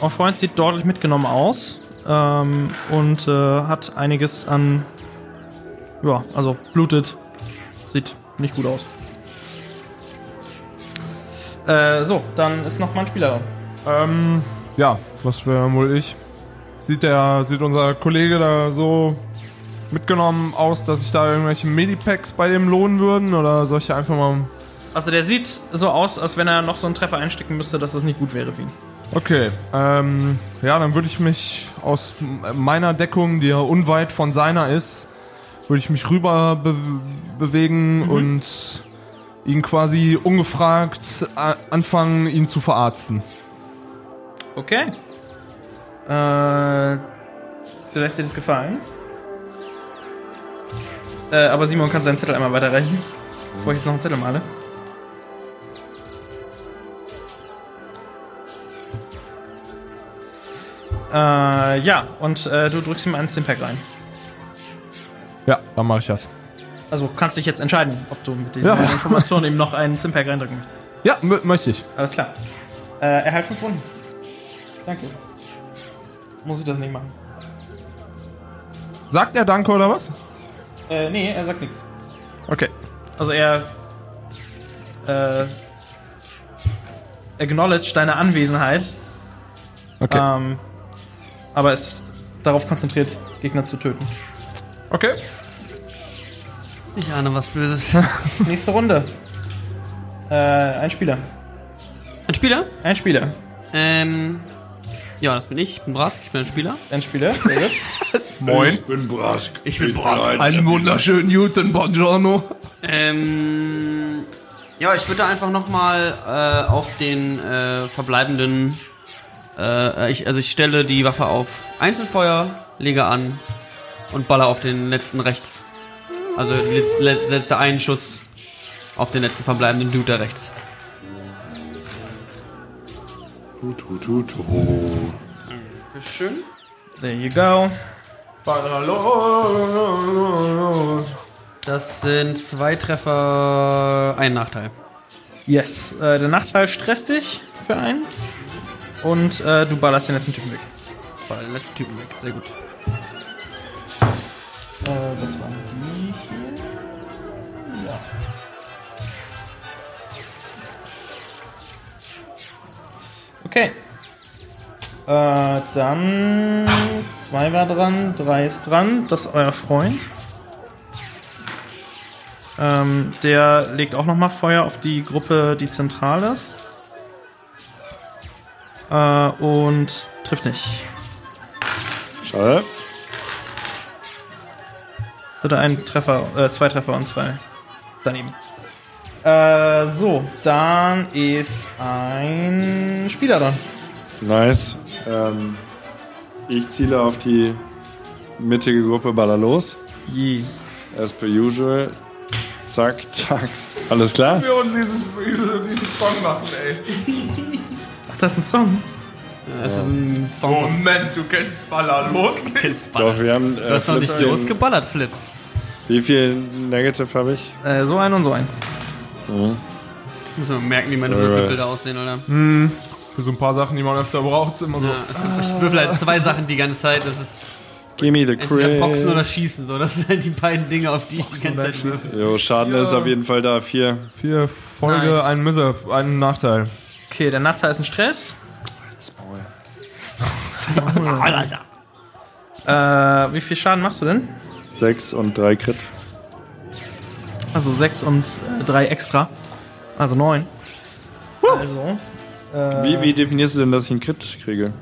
S1: Our Freund sieht deutlich mitgenommen aus ähm, und äh, hat einiges an. Ja, also blutet. Sieht nicht gut aus. Äh, so, dann ist noch mal ein Spieler.
S2: Ähm, ja, was wäre wohl ich? Sieht der, sieht unser Kollege da so mitgenommen aus, dass sich da irgendwelche Medipacks bei dem lohnen würden? Oder soll ich da einfach mal.
S1: Also der sieht so aus, als wenn er noch so einen Treffer einstecken müsste, dass das nicht gut wäre für ihn.
S2: Okay, ähm, ja, dann würde ich mich aus m- meiner Deckung, die ja unweit von seiner ist, würde ich mich rüber be bewegen und ihn quasi ungefragt a- anfangen, ihn zu verarzten.
S1: Okay. Äh, du lässt dir das gefallen. Äh, aber Simon kann seinen Zettel einmal weiterreichen. Bevor ich jetzt noch einen Zettel male. Äh, ja, und äh, du drückst ihm einen Stimpack rein.
S2: Ja, dann mache ich das.
S1: Also kannst dich jetzt entscheiden, ob du mit diesen
S2: Ja.
S1: Informationen ihm noch einen Stimpack reindrücken möchtest.
S2: Ja, mö- möchte ich.
S1: Alles klar. Äh, er heilt fünf Wunden. Danke. Muss ich das nicht machen?
S2: Sagt er Danke oder was?
S1: Äh, nee, er sagt nichts.
S2: Okay.
S1: Also er äh, acknowledged deine Anwesenheit,
S2: Okay.
S1: ähm, aber ist darauf konzentriert, Gegner zu töten.
S2: Okay.
S3: Ich ahne was Böses.
S1: Nächste Runde. Äh, ein Spieler.
S3: Ein Spieler?
S1: Ein Spieler.
S3: Ähm. Ja, das bin ich. Ich bin Brask. Ich bin ein Spieler.
S1: Ein Spieler. Sehr gut.
S2: Moin.
S4: Ich bin Brask.
S3: Ich bin Brask.
S2: Einen wunderschönen guten Buongiorno.
S3: Ähm. Ja, ich würde einfach nochmal äh, auf den äh, verbleibenden. Äh, ich, also, ich stelle die Waffe auf Einzelfeuer, lege an und baller auf den letzten rechts. Also, letzte, letzte einen Schuss auf den letzten verbleibenden Dude da rechts.
S4: Tut, tut, tut. Oh.
S3: Schön.
S1: There you go.
S3: Das sind zwei Treffer, ein Nachteil.
S1: Yes. Äh, der Nachteil stresst dich für einen. Und äh, du ballerst den letzten Typen weg.
S3: Weil den letzten Typen weg, sehr gut.
S1: Äh, das waren die hier. Ja. Okay. Äh, dann zwei war dran, drei ist dran. Das ist euer Freund. Ähm, der legt auch nochmal Feuer auf die Gruppe, die zentral ist. Äh, und trifft nicht.
S4: Schade.
S1: Oder ein Treffer, äh, zwei Treffer und zwei daneben. Äh, so, dann ist ein Spieler dran.
S4: Nice. Ähm, ich ziele auf die mittige Gruppe Baller los.
S1: Je.
S4: As per usual. Zack, zack. Alles klar?
S2: Wir und dieses, diesen Song machen, ey.
S1: Ach, das ist ein Song.
S3: Das ist ein Song
S2: Moment, du kennst Baller los.
S4: Doch, wir haben. Äh,
S3: Du hast noch nicht
S4: 14
S3: losgeballert, Flips.
S4: Wie viel Negative habe ich?
S1: Äh, so ein und so ein.
S3: Muss man merken, wie meine Würfelbilder aussehen, oder?
S2: Für so ein paar Sachen, die man öfter braucht, ist immer so.
S3: Ja, ich würfel halt zwei Sachen die ganze Zeit. Das ist
S4: Give me the
S3: entweder Boxen oder
S4: crit.
S3: Schießen. So. Das sind halt die beiden Dinge, auf die ich die ganze Zeit würfel.
S4: Jo, Schaden ist auf jeden Fall da. Vier.
S2: Vier Folge,
S1: Nice.
S2: ein Misser, ein Nachteil.
S1: Okay, der Nachteil ist ein Stress. Äh, wie viel Schaden machst du denn?
S5: 6 und 3 Crit.
S1: Also 6 und 3 extra. Also 9. Also,
S5: Wie, wie definierst du denn, dass ich einen Crit kriege?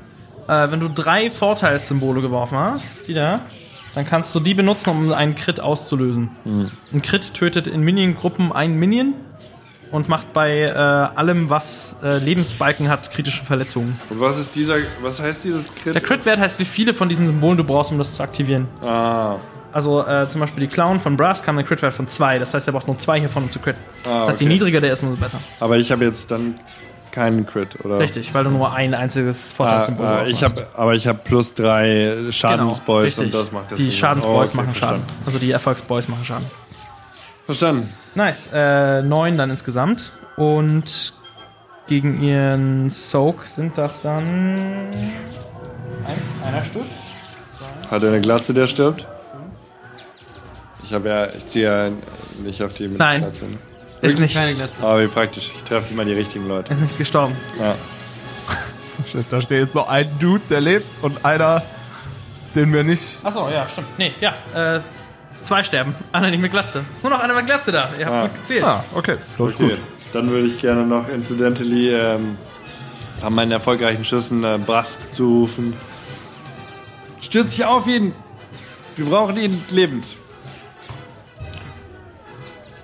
S1: äh, wenn du drei Vorteilssymbole geworfen hast, die da, dann kannst du die benutzen, um einen Crit auszulösen.
S5: Mhm.
S1: Ein Crit tötet in Minion-Gruppen einen Minion und macht bei äh, allem, was äh, Lebensbalken hat, kritische Verletzungen.
S5: Und was ist dieser, was heißt dieses Crit?
S1: Der Crit-Wert heißt, wie viele von diesen Symbolen du brauchst, um das zu aktivieren.
S5: Ah,
S1: Also äh, zum Beispiel die Clown von Brass kam ein Crit-Wert von 2. Das heißt, er braucht nur 2 hiervon, um zu critten.
S5: Ah,
S1: das heißt, je
S5: okay.
S1: niedriger der ist, umso besser.
S5: aber ich habe jetzt dann keinen Crit, oder?
S1: Richtig, weil du nur ein einziges
S5: Ah,
S1: Vorteilssymbol
S5: ah,
S1: geworfen
S5: ich
S1: hast.
S5: habe, aber ich habe plus drei Schadensboys
S1: richtig.
S5: und das macht
S1: Die
S5: deswegen-
S1: Schadensboys
S5: Oh, okay,
S1: machen Schaden.
S5: verstanden.
S1: Also die Erfolgsboys machen Schaden.
S5: Verstanden.
S1: Nice. Äh, neun dann insgesamt. Und gegen ihren Soak sind das dann. Eins, einer stirbt.
S5: Hat er eine Glatze, der stirbt? Ich habe ja, ich ziehe ja nicht auf die mit
S1: Nein.
S5: Glatze. ne?
S1: Ist nicht,
S3: Keine
S1: ist
S3: Glatze.
S5: Aber wie praktisch, ich treffe immer die richtigen Leute.
S1: nicht gestorben.
S5: Ja.
S2: Shit, da steht jetzt noch ein Dude, der lebt und einer, den wir nicht.
S1: Achso, ja, stimmt. Nee, ja. Äh, zwei sterben. Einer nicht mit Glatze. Ist nur noch einer mit Glatze da. Ihr habt
S5: Ah.
S1: gut gezählt.
S2: Ah, okay. Läuft
S5: Okay,
S2: gut.
S5: dann würde ich gerne noch incidentally ähm, an meinen erfolgreichen Schüssen äh, Brass zurufen. Stürzt sich auf ihn! Wir brauchen ihn lebend.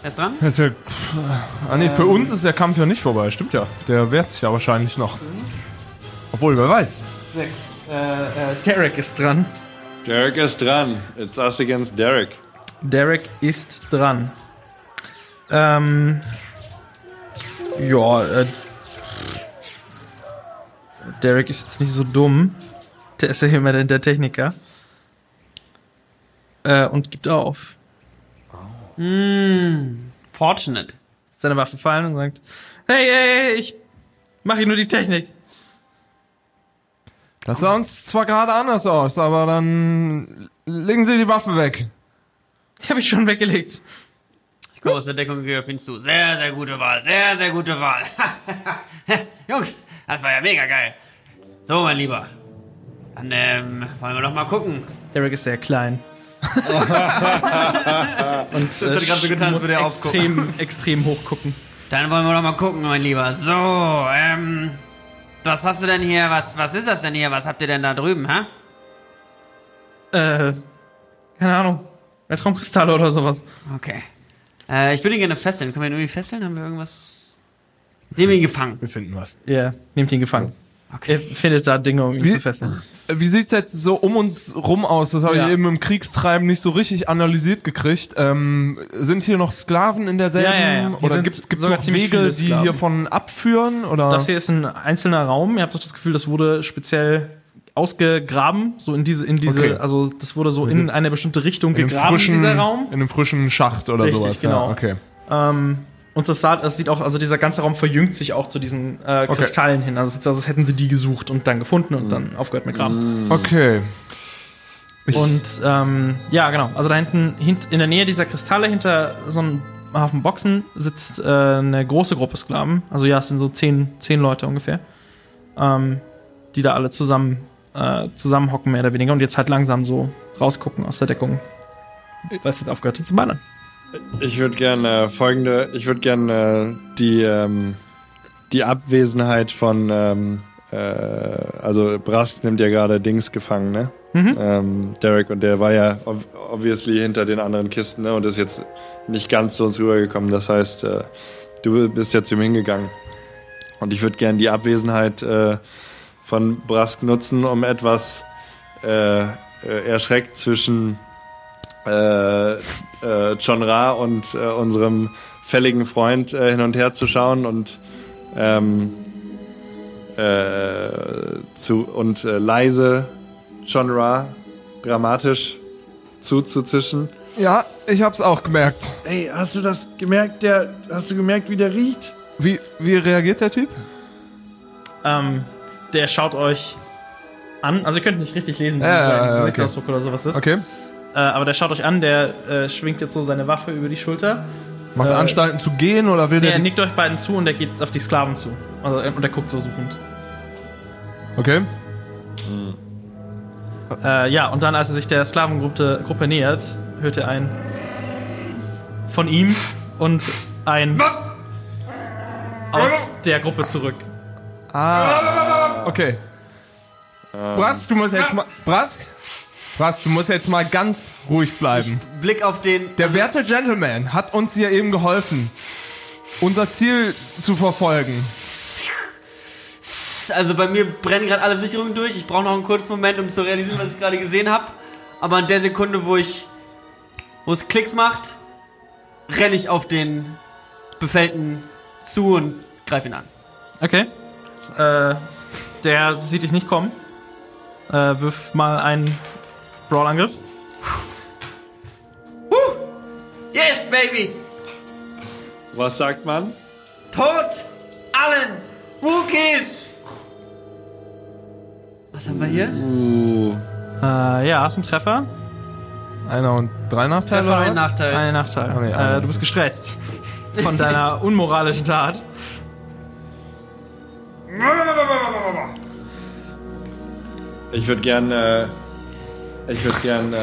S3: Er ist dran?
S2: Das Ist ja, ah, nee, für uns ist der Kampf ja nicht vorbei, stimmt ja. Der wehrt sich ja wahrscheinlich noch. Obwohl, wer weiß.
S1: Sechs. Äh, äh, Derek ist dran.
S5: Derek ist dran. It's us against Derek.
S1: Derek ist dran. Ähm. Ja, äh. Derek ist jetzt nicht so dumm. Der ist ja immer der, der Techniker. Äh, und gibt auf.
S3: Hm. Fortunate.
S1: Lässt Seine Waffe fallen und sagt: Hey, hey, hey, ich mache hier nur die Technik.
S2: Das sah uns zwar gerade anders aus, aber dann legen Sie die Waffe weg.
S1: Die habe ich schon weggelegt.
S3: Ich komme aus der Deckung und gehe auf ihn zu. Sehr, sehr gute Wahl. Sehr, sehr gute Wahl. Jungs, das war ja mega geil. So, mein Lieber. Dann ähm, wollen wir doch mal gucken.
S1: Derek ist sehr klein. und äh,
S3: hat er gerade so getan, als
S1: muss
S3: würde er
S1: extrem, extrem hoch gucken.
S3: Dann wollen wir doch mal gucken, mein Lieber. So, ähm. Was hast du denn hier? Was, was ist das denn hier? Was habt ihr denn da drüben, hä?
S1: Äh, keine Ahnung. Weltraumkristalle oder sowas.
S3: Okay. Äh, ich würde ihn gerne fesseln. Können wir ihn irgendwie fesseln? Haben wir irgendwas? Nehmen wir ihn gefangen.
S2: Wir finden was.
S1: Ja, nehmt ihn gefangen. Ihr findet da Dinge, um ihn
S2: Wie- Ah.
S1: zu fesseln.
S2: Äh, Wie sieht's jetzt so um uns rum aus? Das habe
S1: Ja.
S2: ich eben im Kriegstreiben nicht so richtig analysiert gekriegt. Ähm, sind hier noch Sklaven in derselben?
S1: Ja, ja, ja. Hier
S2: Oder
S1: sind
S2: gibt es
S1: sogar
S2: noch
S1: ziemlich viele
S2: Wege, die
S1: Sklaven.
S2: hiervon abführen? Oder?
S1: Das hier ist ein einzelner Raum. Ihr habt doch das Gefühl, das wurde speziell ausgegraben, so in diese, in diese,
S2: Okay.
S1: also das wurde so in
S2: sind-
S1: eine bestimmte Richtung
S2: in einem
S1: gegraben,
S2: frischen,
S1: dieser Raum.
S2: In einem frischen Schacht oder
S1: Richtig,
S2: sowas.
S1: genau.
S2: Ja, okay.
S1: Ähm, und das sah, es sieht auch, also dieser ganze Raum verjüngt sich auch zu diesen äh,
S2: Okay. Hm.
S1: Kristallen hin. Also es sieht so aus, als hätten sie die gesucht und dann gefunden und dann aufgehört mit Graben.
S5: Mhm.
S2: Okay. Ich-
S1: Und ähm, ja, genau. Also da hinten, hint, in der Nähe dieser Kristalle, hinter so einem Haufen Boxen, sitzt äh, eine große Gruppe Sklaven. Also ja, es sind so zehn, zehn Leute ungefähr, ähm, die da alle zusammen äh, zusammenhocken, mehr oder weniger. Und jetzt halt langsam so rausgucken aus der Deckung. Was jetzt aufgehört hat zu ballern.
S5: Ich würde gerne äh, folgende, ich würde gerne äh, die, ähm, die Abwesenheit von, ähm, äh, also Brast nimmt ja gerade Dings gefangen, ne? Ähm, Derek und der war ja ob- obviously hinter den anderen Kisten, ne? Und ist jetzt nicht ganz zu uns rübergekommen. Das heißt, äh, du bist ja zu ihm hingegangen. Und ich würde gerne die Abwesenheit äh, von Brask nutzen, um etwas äh, äh, erschreckt zwischen äh, äh, John Ra und äh, unserem fälligen Freund äh, hin und her zu schauen und ähm, äh, zu und äh, leise John Ra dramatisch zuzuzischen.
S2: Ja, ich hab's auch gemerkt.
S5: Ey, hast du das gemerkt? Der, hast du gemerkt, wie der riecht?
S2: Wie, wie reagiert der Typ?
S1: Ähm, der schaut euch an. Also ihr könnt nicht richtig lesen, wie
S2: Ja,
S1: sein
S2: ja, ja, okay.
S1: Gesichtsausdruck oder sowas ist.
S2: Okay.
S1: Äh, aber der schaut euch an, der äh, schwingt jetzt so seine Waffe über die Schulter.
S2: Macht er
S1: Äh,
S2: Anstalten zu gehen oder will
S1: Nee, er
S2: der. die-
S1: nickt euch beiden zu und er geht auf die Sklaven zu. Also, äh, und er guckt so suchend.
S2: Okay.
S1: Äh, ja, und dann, als er sich der Sklavengruppe Gruppe nähert, hört er ein von ihm und ein aus der Gruppe zurück.
S2: Okay. Brass, du musst jetzt
S5: Ah.
S2: mal. Brass? Brass, du musst jetzt mal ganz ruhig bleiben.
S3: Blick auf den.
S2: Der werte Gentleman hat uns hier eben geholfen, unser Ziel zu verfolgen.
S3: Also bei mir brennen gerade alle Sicherungen durch. Ich brauche noch einen kurzen Moment, um zu realisieren, was ich gerade gesehen habe. Aber in der Sekunde, wo ich. wo es Klicks macht, renne ich auf den Befällten zu und greife ihn an.
S1: Okay. Äh, der sieht dich nicht kommen. Äh, wirf mal einen Brawl-Angriff.
S3: Yes, baby!
S5: Was sagt man?
S3: Tod allen Wookies! Was haben wir hier?
S5: Uh,
S1: Äh, ja, hast einen Treffer.
S2: Einer und drei Nachteile.
S3: Treffer,
S2: oder
S3: ein
S2: was?
S3: Nachteil.
S1: Einen Nachteil.
S2: nee, ah,
S1: äh, du bist gestresst von deiner unmoralischen Tat.
S5: ich würde gern, äh, ich würde gern, äh,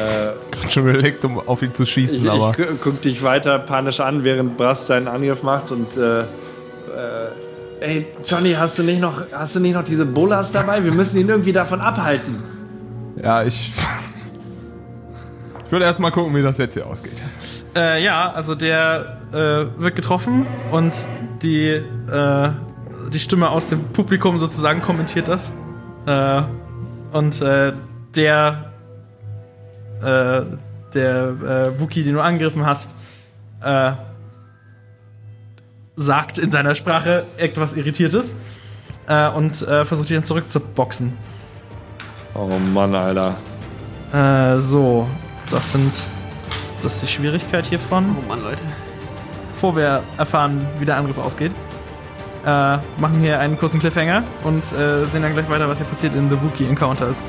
S2: Gerade schon überlegt, um auf ihn zu schießen,
S5: ich,
S2: aber.
S5: ich gu- guck dich weiter panisch an, während Brass seinen Angriff macht und, äh, äh, ey, Johnny, hast du nicht noch, hast du nicht noch diese Bolas dabei? Wir müssen ihn irgendwie davon abhalten.
S2: ja, ich. Ich würde erstmal gucken, wie das jetzt hier ausgeht.
S1: Äh, ja, also der äh, wird getroffen und die, äh, die Stimme aus dem Publikum sozusagen kommentiert das. Äh, und äh, der, äh, der äh, Wookie, den du angegriffen hast, äh, sagt in seiner Sprache etwas Irritiertes äh, und äh, versucht ihn dann zurückzuboxen.
S5: Oh Mann, Alter.
S1: Äh, so, das sind. Das ist die Schwierigkeit hiervon.
S3: Oh Mann, Leute.
S1: bevor wir erfahren, wie der Angriff ausgeht, äh, machen hier einen kurzen Cliffhanger und äh, sehen dann gleich weiter, was hier passiert in The Wookiee Encounters.